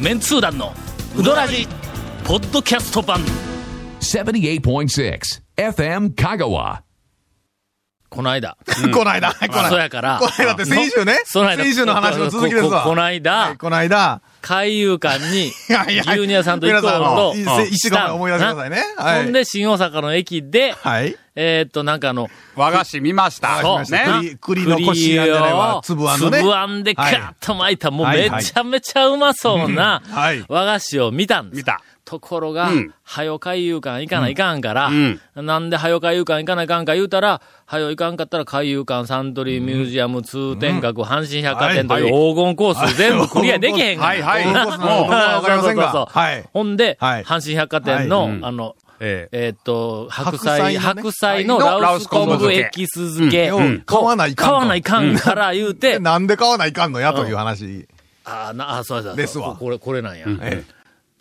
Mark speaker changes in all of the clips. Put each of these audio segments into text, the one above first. Speaker 1: メンツー団のウドラジポッドキャスト版
Speaker 2: 78.6 FM Kagawa.
Speaker 1: この間
Speaker 3: こないだ、こない
Speaker 1: そうやから
Speaker 3: こないだって先週ね。
Speaker 1: その間
Speaker 3: 先週の話の続きです
Speaker 1: ここ
Speaker 3: わ。
Speaker 1: こないだ
Speaker 3: はいこないだ。
Speaker 1: 海遊館に
Speaker 3: いやいや
Speaker 1: 牛乳屋さんと行こう
Speaker 3: 皆さん
Speaker 1: と
Speaker 3: の
Speaker 1: うん
Speaker 3: 一一週間前思い出してくださいね
Speaker 1: したん
Speaker 3: はい
Speaker 1: ほんで新大阪の駅で、
Speaker 3: はい。
Speaker 1: えーっとなんかあの
Speaker 4: 和菓子見ました。
Speaker 1: そう
Speaker 3: ね栗栗の腰あんじゃないわ粒あんのね
Speaker 1: 粒あんでカーッと巻いた、もう
Speaker 3: はい
Speaker 1: めちゃめちゃうまそうな
Speaker 3: はい
Speaker 1: 和菓子を見たんです。
Speaker 4: 見た。
Speaker 1: ところが
Speaker 4: うん、
Speaker 1: はよ海遊館行かないかんから
Speaker 4: ん、
Speaker 1: なんではよ海遊館行かないかんか言うたら、はよ行かんかったら海遊館、サントリーミュージアム、通天閣、阪神百貨店という黄金コース全部クリアできへんから。
Speaker 4: はいは い
Speaker 3: どう
Speaker 4: はい
Speaker 3: こうすんのどうかわかりませ
Speaker 1: そ
Speaker 3: ん
Speaker 1: う
Speaker 3: が。
Speaker 1: そうそう
Speaker 3: はい。
Speaker 1: ほんで、
Speaker 3: はい
Speaker 1: 阪神百貨店の、あの、
Speaker 4: ええ
Speaker 1: えーっと、白菜、白
Speaker 3: 白
Speaker 1: 菜
Speaker 3: 菜
Speaker 1: の
Speaker 4: のね
Speaker 1: ラウス昆布エキス漬け
Speaker 3: うんうん買わないかん
Speaker 1: 買
Speaker 3: と
Speaker 1: わないかんから言う
Speaker 3: で
Speaker 1: て、
Speaker 3: なんで買わないかんのやという話。
Speaker 1: あーな、あ、そうそうそう。
Speaker 3: ですわ
Speaker 1: これ、これなんや。
Speaker 3: ええ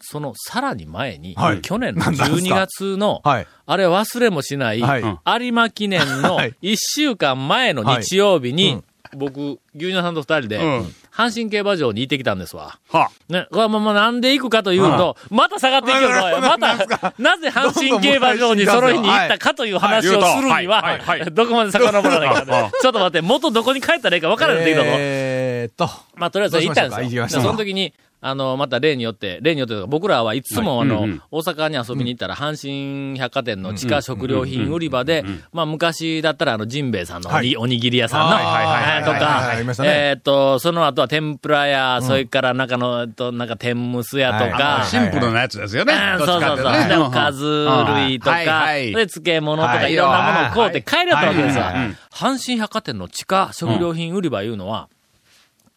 Speaker 1: その、さらに前に
Speaker 3: は、い
Speaker 1: 去年の
Speaker 3: なんなんす
Speaker 1: 12
Speaker 3: か
Speaker 1: 月の、
Speaker 3: はい
Speaker 1: あれ忘れもしない、
Speaker 3: はい
Speaker 1: 有馬記念の
Speaker 3: はい
Speaker 1: 1週間前の日曜日
Speaker 3: はい
Speaker 1: に
Speaker 3: う、
Speaker 1: 僕、牛乳さんと二人で
Speaker 4: うん、
Speaker 1: 阪神競馬場に行ってきたんですわ。
Speaker 4: は
Speaker 1: ね、これはまあまあなんで行くかというと、また下がっていくよと、また、なぜ阪神競馬場にその日に行ったかという話をするには、
Speaker 4: はいはいはい
Speaker 1: どこまで遡らないか
Speaker 4: は
Speaker 1: ね
Speaker 4: い
Speaker 1: ちょっと待って、元どこに帰ったらいいか分からないんだけど、
Speaker 3: えーっと。
Speaker 1: まあとりあえず行ったん
Speaker 3: どうしましょうか行き
Speaker 1: で
Speaker 3: ますし
Speaker 1: よ。
Speaker 3: ょう
Speaker 1: その時に、あの、また例によって、例によってというか、僕らはいつも、あの、
Speaker 4: うんうん。
Speaker 1: 大阪に遊びに行ったら、阪神百貨店の地下食料品売り場で、まあ、昔だったら、あの、ジンベエさんのおに,、
Speaker 3: はい
Speaker 1: おにぎり屋さんの、
Speaker 3: はいはいはいはい
Speaker 1: えーと
Speaker 3: はいはいありました
Speaker 1: か、
Speaker 3: ね
Speaker 1: えっ、と、その後は天ぷら屋、それから中の、えっと、なんか天むす屋とか、
Speaker 3: はい
Speaker 4: シンプルなやつですよね
Speaker 1: う。ん
Speaker 4: ど
Speaker 1: そう
Speaker 4: っち
Speaker 1: そ
Speaker 4: か
Speaker 1: う
Speaker 4: っ
Speaker 1: そう。
Speaker 4: ていうとね
Speaker 1: で、おかず類とか、
Speaker 4: はいはい
Speaker 1: で、漬物とか
Speaker 4: はい
Speaker 1: いろんなものを買うて帰れたわけですよ。
Speaker 3: はい
Speaker 1: うん阪神百貨店の地下食料品売り場いうのは、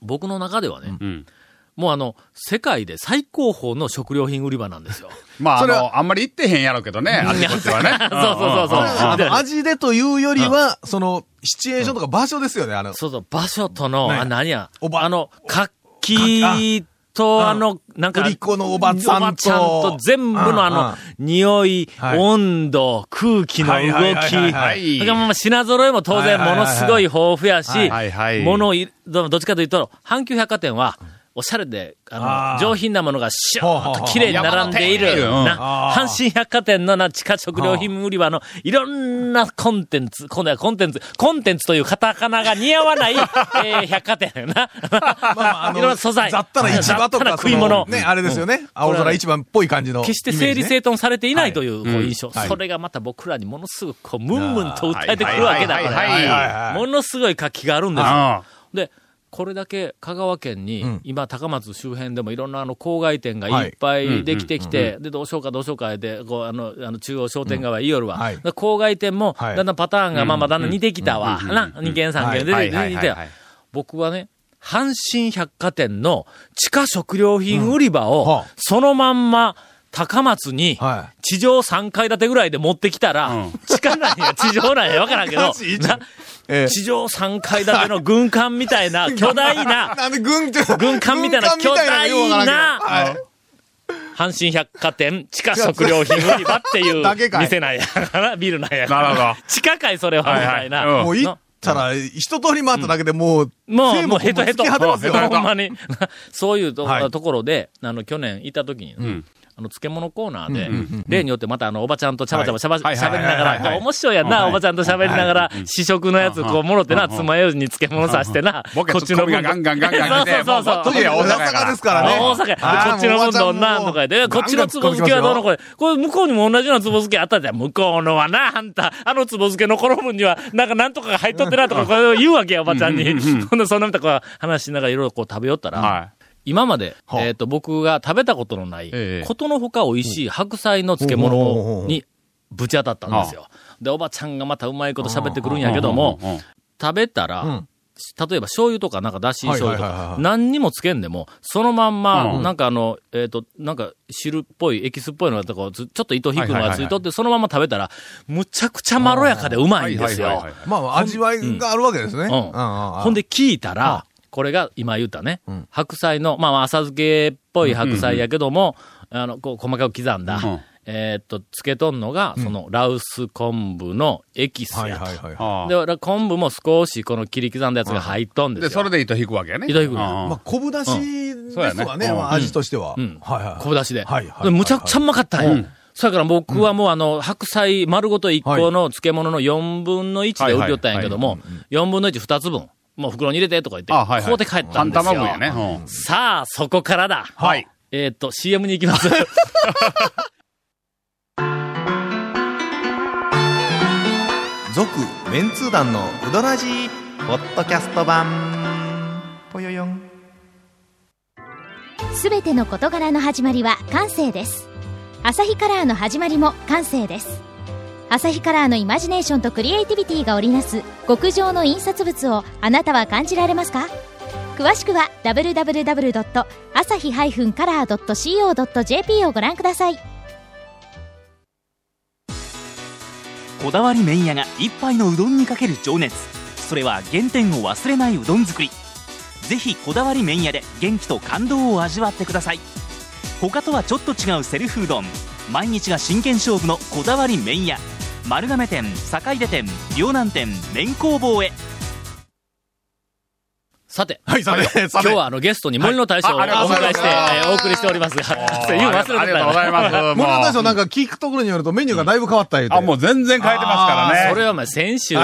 Speaker 1: 僕の中ではね、
Speaker 4: ん
Speaker 1: もうあの、世界で最高峰の食料品売り場なん ですよ。。
Speaker 4: まあ、あ
Speaker 3: それ
Speaker 4: の、あんまり行ってへんやろうけどね、あっちこっちはね
Speaker 1: そうそうそうそう
Speaker 3: あ
Speaker 1: で
Speaker 3: の、味でというよりは、その、シチュエーションとか場所ですよね、あの。
Speaker 1: そうそう、場所との、
Speaker 3: ね
Speaker 1: あ、何や、
Speaker 3: おば
Speaker 1: あの、活気と、
Speaker 3: あ
Speaker 1: あの、なんか、
Speaker 3: 売り子のおばちゃんと
Speaker 1: おばちゃんと全部のあ
Speaker 3: うんう
Speaker 1: の
Speaker 3: ん、
Speaker 1: 匂い、
Speaker 3: はい
Speaker 1: 温度、空気の動
Speaker 3: はいはいはいはい
Speaker 1: き、
Speaker 3: はい
Speaker 1: だからまあ品揃えも当然ものすごい豊富やし
Speaker 3: はい
Speaker 4: はいはい、
Speaker 1: 物をい、どっちかというと、阪急百貨店は、おしゃれで、あ
Speaker 3: あ
Speaker 1: の、
Speaker 3: ー
Speaker 1: 上品なものがシューッと綺麗に並んでい
Speaker 4: ほうほ
Speaker 1: る、
Speaker 4: うほう
Speaker 1: な、
Speaker 3: あー
Speaker 1: 阪神百貨店のな、地下食料品売り場の、いろんなコンテンツ、今度はコンテンツ、コンテンツというカタカナが似合わない、えー百貨店やな。いろんな素材。
Speaker 3: だったら市場
Speaker 1: 雑
Speaker 3: と
Speaker 1: 多な
Speaker 3: か、
Speaker 1: 食い物
Speaker 3: その。ね、あれですよね。青空市場っぽい感じのイメー
Speaker 1: 決
Speaker 3: ジ
Speaker 1: し
Speaker 3: ね。
Speaker 1: て整理整頓されていないというこう印象、
Speaker 3: はい
Speaker 1: それがまた僕らにものすごくこうムンムンと訴えてくるわけだか
Speaker 4: はいはいはい
Speaker 3: はいは
Speaker 1: ら、
Speaker 3: い
Speaker 1: ものすごい活気があるんですよ。
Speaker 4: あ
Speaker 1: で、これだけ香川県に
Speaker 3: ん、
Speaker 1: 今高松周辺でもいろんなあの郊外店がいっぱいできてきて、で、どうしようかどうしようかで、こう、あの、あの中央商店街はイオルは、
Speaker 3: はい
Speaker 1: で郊外店も、
Speaker 3: はい
Speaker 1: だんだんパターンがまあまあだんだん似てきたわ。な、2軒3軒出
Speaker 4: は
Speaker 1: て
Speaker 4: い
Speaker 1: き
Speaker 4: はい
Speaker 1: て
Speaker 4: はい
Speaker 1: きて
Speaker 4: はい、
Speaker 1: 僕はね、阪神百貨店の地下食料品売り場を、
Speaker 3: うんはあ
Speaker 1: そのまんま高松に
Speaker 3: は、
Speaker 1: 地上3階建てぐらいで持ってきたら、
Speaker 4: うん
Speaker 1: 地下なんや、地上なんや、わからんけど
Speaker 3: 高、橋一
Speaker 1: な
Speaker 3: ええ
Speaker 1: 地上3階建ての軍艦みたい な、巨大な、
Speaker 3: なんで軍って
Speaker 1: 軍艦みたいな
Speaker 3: 軍艦みたいのようわからんけ
Speaker 1: 巨
Speaker 3: ど
Speaker 1: 大な
Speaker 3: はい
Speaker 1: 阪神百貨店地下食料品売り場っていう
Speaker 3: だけかい
Speaker 1: 店 なんやから、ビルなんや
Speaker 4: あ。な
Speaker 1: から。
Speaker 4: るほど。
Speaker 1: 地下階それは、み
Speaker 4: はい
Speaker 1: た
Speaker 4: はいい
Speaker 1: な。
Speaker 4: うん
Speaker 3: もう行ったら、一通り回っただけでもう、
Speaker 1: も
Speaker 3: 西
Speaker 1: う、
Speaker 3: 武
Speaker 1: もうヘトヘト。
Speaker 3: もう突き果てますよ
Speaker 1: もうほんまに。 そういうと,、
Speaker 3: はい
Speaker 1: ころで、あの、去年いた時に、
Speaker 4: ん
Speaker 1: あの、漬物コーナーで、例によってまたあの、おばちゃんとちゃばちゃばしゃば、
Speaker 4: はい
Speaker 1: しゃべりなが
Speaker 4: はいはいはいはい
Speaker 1: ら、
Speaker 4: はい
Speaker 1: 面白いやんな、
Speaker 4: はい
Speaker 1: おばちゃんとしゃべりながら、試食のやつこう、もろってな、
Speaker 4: うんうん
Speaker 1: つまようじに漬物さしてな、
Speaker 4: ボケ
Speaker 1: こっ
Speaker 4: ツ
Speaker 1: ち
Speaker 4: ッ
Speaker 1: の
Speaker 4: コミ
Speaker 1: 分
Speaker 4: がガンガンガンガン出て、
Speaker 1: そうそうそう。
Speaker 4: も時は大阪やから
Speaker 3: 大阪ですからね
Speaker 1: 大阪や
Speaker 3: はい
Speaker 1: こっちの分どんなん
Speaker 3: もう
Speaker 1: とかで、こっちのつぼ漬けはどうのこれ。これ向こうにも同じようなつぼ漬けあったじゃん。向こうのはな、あんた、あのつぼ漬けの衣には、なんかなんとかが入っとってなとか、これを言うわけや、おばちゃんに。ほんで、そんなとこ話しながらいろいろこう食べよったら、
Speaker 4: は
Speaker 1: 今まで、
Speaker 3: あ
Speaker 1: えっと、僕が食べたことのない
Speaker 4: え、え
Speaker 1: ことのほか美味しい白菜の漬物にぶち当たったんですよ。で、おばちゃんがまたうまいこと喋ってくるん
Speaker 4: い。
Speaker 1: やけども、
Speaker 4: うん、うんうん
Speaker 1: 食べたら、
Speaker 3: ん
Speaker 1: 例えば醤油とかなんかだし醤油と
Speaker 3: はいはいはい
Speaker 1: か
Speaker 3: は、い
Speaker 1: 何にもつけんでも、そのまんま、
Speaker 4: うん
Speaker 1: なんかあの、えっ、と、なんか汁っぽい、エキスっぽいのがとか、ずちょっと糸引くの
Speaker 4: はいはい
Speaker 1: が
Speaker 4: は
Speaker 1: つ
Speaker 4: い
Speaker 1: いとって、そのまま食べたら、むちゃくちゃまろやかでうまいんです
Speaker 4: はい
Speaker 1: よ
Speaker 4: はいはい。はい
Speaker 3: まあ、味わいがあるわけですね。うんうんうん
Speaker 1: ほんで聞いたら、これが今言ったね、白菜の、まあまあ浅漬けっぽい白菜やけども、あの、こう細かく刻んだ、
Speaker 4: うん
Speaker 1: えーっと、漬けとんのが、その、羅臼昆布のエキス
Speaker 3: はい
Speaker 1: やと。
Speaker 3: はいはい。
Speaker 4: ああ
Speaker 1: で、俺昆布も少しこの切り刻んだやつが入っとんですよ。
Speaker 4: で、それで糸引くわけやね。
Speaker 1: 糸引くの
Speaker 4: ああ
Speaker 3: まあ、昆布だしです
Speaker 4: そうや
Speaker 3: わ
Speaker 4: ね
Speaker 3: ね、
Speaker 4: うん
Speaker 3: まあ味としては。
Speaker 1: うん
Speaker 3: はいはい。
Speaker 1: 昆布だしで。
Speaker 3: はいはい
Speaker 1: でむちゃくちゃうまかったんや。
Speaker 4: うん
Speaker 1: そやから僕はもうあの、白菜丸ごと1個の漬物の4分の1で売りよったんやけども、4分の1、2つ分、もう袋に入れてとか言って、
Speaker 4: あはいはい
Speaker 1: 買うて帰ったん
Speaker 4: 半
Speaker 1: ですよ。
Speaker 4: 玉分やね。うん
Speaker 1: さあ、そこからだ。
Speaker 4: はい。
Speaker 1: えーっと、CM に行き ます。
Speaker 5: 続メンツー団のウドラジーポッドキャスト版ぽよよん
Speaker 6: すべての事柄の始まりは感性ですアサヒカラーの始まりも感性ですアサヒカラーのイマジネーションとクリエイティビティが織りなす極上の印刷物をあなたは感じられますか詳しくは www.asahi-color.co.jp をご覧ください
Speaker 7: こだわり麺屋が一杯のうどんにかける情熱それは原点を忘れないうどん作りぜひこだわり麺屋で元気と感動を味わってください他とはちょっと違うセルフうどん毎日が真剣勝負のこだわり麺屋丸亀店坂出店両南店麺工房へ
Speaker 1: さて、
Speaker 3: はい、さて、
Speaker 1: 今
Speaker 3: さ
Speaker 1: 日
Speaker 3: て。
Speaker 1: はあのゲストに森の大将をお
Speaker 4: はいあありがとうござい
Speaker 1: 迎え
Speaker 4: ます
Speaker 1: して、えーお送りしておりますが、 そう言うの忘れてた
Speaker 4: ありがとうございます。もう
Speaker 3: 村田大将なんか聞くところによるとメニューがだいぶ変わった言うて。
Speaker 4: あ、もう全然変えてますからね。
Speaker 1: それはお前先 週、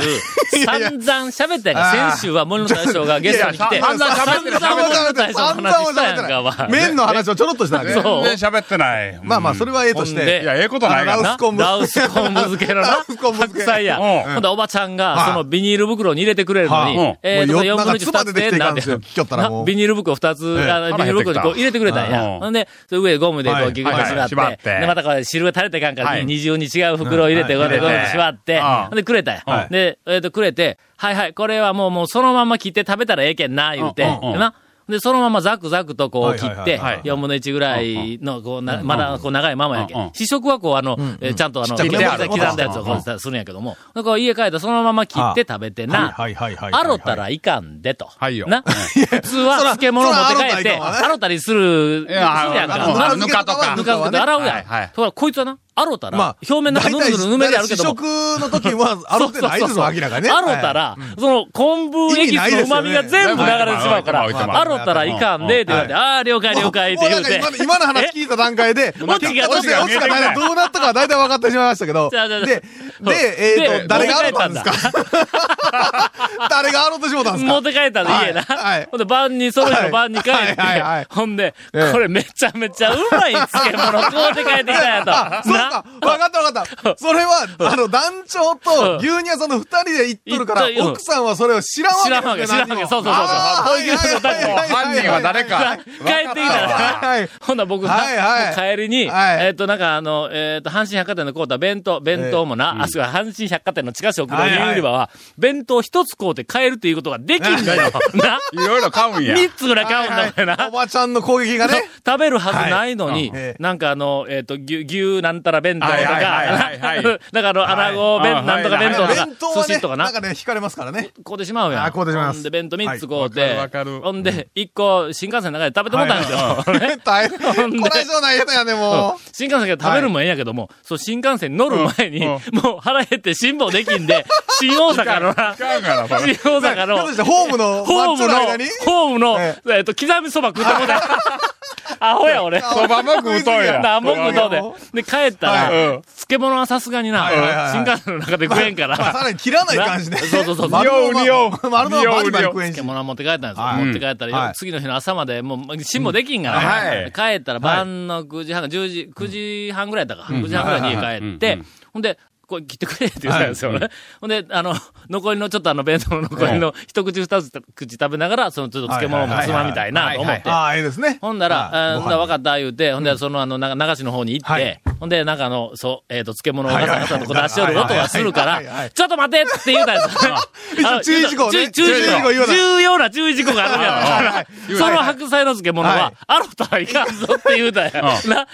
Speaker 1: 散々喋ったやんか。先週は森の大将がゲストに来て、
Speaker 4: いやいや
Speaker 1: 散々
Speaker 4: 散々喋ってる
Speaker 1: 森の大将の話したやんか、お前
Speaker 3: 麺の話をちょろっとしただけ
Speaker 1: そ
Speaker 3: ね
Speaker 1: う。
Speaker 4: 全然喋ってない。
Speaker 3: まあまあ、それはええとし
Speaker 1: ほんで
Speaker 3: て。
Speaker 4: いや、ええことないがな。
Speaker 1: な
Speaker 3: 羅臼昆布
Speaker 1: 羅臼昆布漬けのな
Speaker 3: 羅臼昆布、漬
Speaker 1: 白
Speaker 3: け
Speaker 1: 菜や。
Speaker 4: うん
Speaker 1: ほんで、おばちゃんが、
Speaker 3: はい
Speaker 1: そのビニール袋に入れてくれるの
Speaker 4: は
Speaker 1: に
Speaker 4: い、
Speaker 1: えー
Speaker 3: もう
Speaker 1: 4
Speaker 3: よ
Speaker 1: 分の1、
Speaker 3: なんか唾
Speaker 1: 2
Speaker 3: 出
Speaker 1: つ
Speaker 3: て
Speaker 1: で
Speaker 3: きてい
Speaker 1: な
Speaker 3: か
Speaker 1: ん
Speaker 3: ん
Speaker 1: て
Speaker 3: ですよ聞きよったらもう
Speaker 1: ビニール袋2つ、
Speaker 3: ええ
Speaker 1: あのビニール袋にこう入れてくれたん
Speaker 4: う
Speaker 1: や。
Speaker 4: ん
Speaker 1: ほんで、それ上ゴムでこ
Speaker 3: は
Speaker 1: う
Speaker 3: い
Speaker 1: ギュギュッと
Speaker 4: はい
Speaker 1: 縛っ、
Speaker 4: 縛ってて
Speaker 1: で、またこれ汁が垂れていかんか
Speaker 4: は
Speaker 1: ら、
Speaker 4: い
Speaker 1: 二重に違う袋を入れて、
Speaker 3: うん
Speaker 1: ゴムでゴムで縛って
Speaker 4: うん、
Speaker 1: ほんで、くれたんや
Speaker 4: う。ん
Speaker 1: で、えっと、くれて、はいはい、これはもう、もうそのまま切って食べたらええけんな、言うて、
Speaker 4: うんうんうん
Speaker 1: でな。で、そのままザクザクとこう切っ
Speaker 3: はい
Speaker 1: て、
Speaker 3: はいはい
Speaker 4: はい
Speaker 1: 4分の1ぐらいの、こうな、まだこう長いままやけ
Speaker 4: うんうん
Speaker 1: ん。試食はこう、あの、えーちゃんとあの、
Speaker 4: 切ってある
Speaker 1: 刻んだやつをこうするんやけども、でこう家帰ってそのまま切って食べてな、
Speaker 3: はいはいはいはいはい。
Speaker 1: あろたらいかんでと。
Speaker 4: はいよ
Speaker 1: な。 普通は漬物持って帰っ
Speaker 3: そ
Speaker 1: て、
Speaker 3: らそら洗
Speaker 1: あ
Speaker 3: うたらいかんわね
Speaker 1: ろたりする、する
Speaker 4: いや、あ
Speaker 1: やん
Speaker 4: の
Speaker 1: か。
Speaker 4: あ
Speaker 1: な
Speaker 4: のぬかとか。
Speaker 1: ぬか漬けて洗うやん。
Speaker 4: はいはい
Speaker 1: ほら、こいつはな、あろた
Speaker 3: ま
Speaker 1: ら
Speaker 3: あ、
Speaker 1: 表面なんかぬるぬるぬめりあるけど
Speaker 3: 大
Speaker 1: も。
Speaker 3: 体試食の時は、あろってないですもん、明らかにね。
Speaker 1: あろたら、その昆布エキスの旨味が全部流れてしまうから、
Speaker 4: はいはい
Speaker 1: あろたらいかんで、って言われて、ああ、了解了解って言うて。
Speaker 3: もなんか今の今の話聞いた段階で、
Speaker 1: オチが
Speaker 3: オチが
Speaker 1: オチが
Speaker 3: オチが 大体どうなったかは大体分かってしまいましたけど、
Speaker 1: じゃあじゃあじゃ
Speaker 3: で、
Speaker 1: あ
Speaker 3: で、えっ
Speaker 1: で
Speaker 3: と、誰があろたんですか誰があろうとしもたんです
Speaker 1: 持っ
Speaker 3: か
Speaker 1: て帰ったんで家な。
Speaker 3: はいはい
Speaker 1: ほんで、晩に、その日の晩に帰って、
Speaker 3: はいはいはい
Speaker 1: ほんで、
Speaker 3: ええ
Speaker 1: これめちゃめちゃうまい漬物買うて帰ってきたんやと。
Speaker 3: あ、そう
Speaker 1: な
Speaker 3: か、分かった分かった。それは、あの、団長と牛乳屋さんの二人で行っとるから
Speaker 1: 行っとる、
Speaker 3: 奥さんはそれを知らんわ
Speaker 1: 知
Speaker 3: け
Speaker 1: らんわ
Speaker 3: で
Speaker 1: け、
Speaker 3: す
Speaker 1: 知
Speaker 3: ね
Speaker 1: らんわけ。
Speaker 3: 何も
Speaker 1: そうそうそうそう。
Speaker 3: あー
Speaker 1: 保育園の
Speaker 3: はいはい
Speaker 1: 時
Speaker 3: はいは
Speaker 1: に
Speaker 3: い
Speaker 4: 犯人は誰か。
Speaker 1: 帰ってきたら
Speaker 3: はいはい、
Speaker 1: ほんなら僕な、
Speaker 3: はいはい
Speaker 1: 帰りに、
Speaker 3: はい
Speaker 1: えっ、と、なんかあの、えっ、と、阪神百貨店のこうた弁当、弁当もな、あそこは阪神百貨店の近食の売り場は、弁当一つ買うて帰るということができん だよ。な、
Speaker 4: いろいろ 買うんや。
Speaker 1: 三つぐらい買うんだよな。
Speaker 3: おばちゃんの攻撃がね。
Speaker 1: 食べるはずないのに、
Speaker 3: はいうん
Speaker 1: なんかあの、えっ、と、牛、牛なんたら弁当とか、
Speaker 4: はいはいはいは いはい
Speaker 1: なんかあの、穴子
Speaker 4: は
Speaker 1: 弁、
Speaker 4: い
Speaker 1: なんとか弁当とか
Speaker 3: 弁当、は
Speaker 1: 寿
Speaker 3: ね
Speaker 1: 司とか、な
Speaker 3: なん、かね、惹かれますからね。
Speaker 1: こうてしまうやん。
Speaker 3: あこうてしまいます
Speaker 1: ほんで、弁当3つこうて、
Speaker 4: はいわかるわか
Speaker 1: ほ
Speaker 4: る
Speaker 1: んで、1個、新幹線の中で食べてもらったんですよ。 ね
Speaker 3: 大変。
Speaker 1: ほんで
Speaker 3: こないそうな家だよね、もう。
Speaker 1: 新幹線が食べるもええんやけども、そう、新幹線乗る前に、もう腹減って辛抱できんで、新大阪のな、
Speaker 4: 買うから、そ
Speaker 1: 新
Speaker 4: れ。
Speaker 1: 大阪
Speaker 3: ひょっ
Speaker 1: の
Speaker 3: と、してホームの、
Speaker 1: ホー
Speaker 3: マッチ
Speaker 1: ム
Speaker 3: ョ
Speaker 1: の
Speaker 3: 間に、
Speaker 1: ホームの、
Speaker 3: え
Speaker 1: えっと、刻みそば食ってもうた。アホや、俺。
Speaker 4: そばも食うと んや。
Speaker 1: なんもん食うで。で、帰ったら、
Speaker 4: はいうん
Speaker 1: 漬物はさすがにな、
Speaker 3: はいはいはい
Speaker 1: 新幹線の中で食えん から、
Speaker 3: まあさらに切らない感じで。
Speaker 1: なそうそうそう
Speaker 3: 丸のまま
Speaker 4: におうにおう
Speaker 3: 丸のままバリバリ食えんし
Speaker 1: 漬。物は持って帰ったんですよ。
Speaker 3: はい
Speaker 1: 持って帰ったら、
Speaker 3: はい
Speaker 1: 次の日の朝まで、もう、辛抱できんから、
Speaker 4: はい
Speaker 1: 帰ったら晩の9時半、10時、9時半ぐらいだったか、9時半ぐらいに家帰って、
Speaker 4: うん
Speaker 1: ほんで、これ切ってくれって言ったんですよね。ほんで、あの、残りのちょっとあの弁当の残りの一口二口食べながら、そのちょっと漬物もつまみたいなと思って。
Speaker 3: ああ、いいですね。
Speaker 1: ほんだら、
Speaker 3: はい
Speaker 1: あーほんだら分かった、言うて、ほんで、その、あの、な流しの方に行って、
Speaker 3: はい
Speaker 1: ほんで、なんかあの、そう、えっ、と、漬物をガ
Speaker 3: はい
Speaker 1: サ
Speaker 3: はい
Speaker 1: ガサとこう出しよる音がするか
Speaker 3: はいはいは
Speaker 1: ら、
Speaker 3: い
Speaker 1: ちょっと待てって言うたんですよ
Speaker 3: 一応
Speaker 1: あの
Speaker 3: 注意事項ね
Speaker 1: 注意注意事項
Speaker 3: 注意事項言わない
Speaker 1: 重要な注意事項があるんやろ。
Speaker 4: い
Speaker 1: その白菜の漬物
Speaker 3: は、
Speaker 1: はいあろたらいかんぞって言うたんや。な、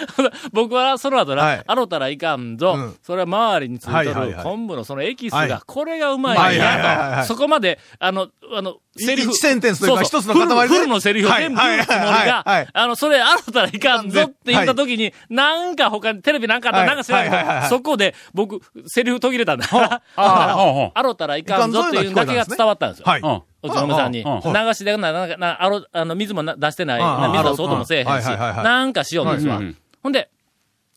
Speaker 1: 僕はその後
Speaker 3: は、
Speaker 1: ないあろたらいかん
Speaker 3: う
Speaker 1: ぞ
Speaker 3: ん、
Speaker 1: それは周りにについて
Speaker 3: はいはい
Speaker 1: る
Speaker 3: はい
Speaker 1: 昆布のそのエキス
Speaker 3: はい
Speaker 1: が、これがうま
Speaker 3: はいいはいはい
Speaker 1: な
Speaker 3: は
Speaker 1: と、
Speaker 3: い
Speaker 1: そこまで、あの、あの、セリフ。
Speaker 3: 一センテンスというか
Speaker 1: そう
Speaker 3: 一つ
Speaker 1: そ
Speaker 3: の
Speaker 1: うフル
Speaker 3: 塊で
Speaker 1: フルのセリフを全部
Speaker 3: はい
Speaker 1: 言うつもりが
Speaker 3: はいはいはい、
Speaker 1: あの、それあったらいかんぞって言った時に、なんか他にテレビなんかあったら
Speaker 3: は
Speaker 1: な
Speaker 3: い
Speaker 1: んか知らんけど
Speaker 3: はいはいはいはい
Speaker 1: そこで僕、セリフ途切れたんだ。
Speaker 4: ああ、ほう
Speaker 1: あろたらいかんぞっていうのだけが伝わったんですよ。
Speaker 3: はい。
Speaker 4: ほう。うん。
Speaker 1: うちの嫁さんに、
Speaker 4: うんうん
Speaker 1: 流しでな、な、な、あろ、あの、水もな出してない、
Speaker 3: うん
Speaker 1: な
Speaker 3: うん
Speaker 1: 水出そうともせえへんし、
Speaker 3: うんはいはいはいはい
Speaker 1: なんかしようんですわ。
Speaker 4: はいうん
Speaker 1: ほんで、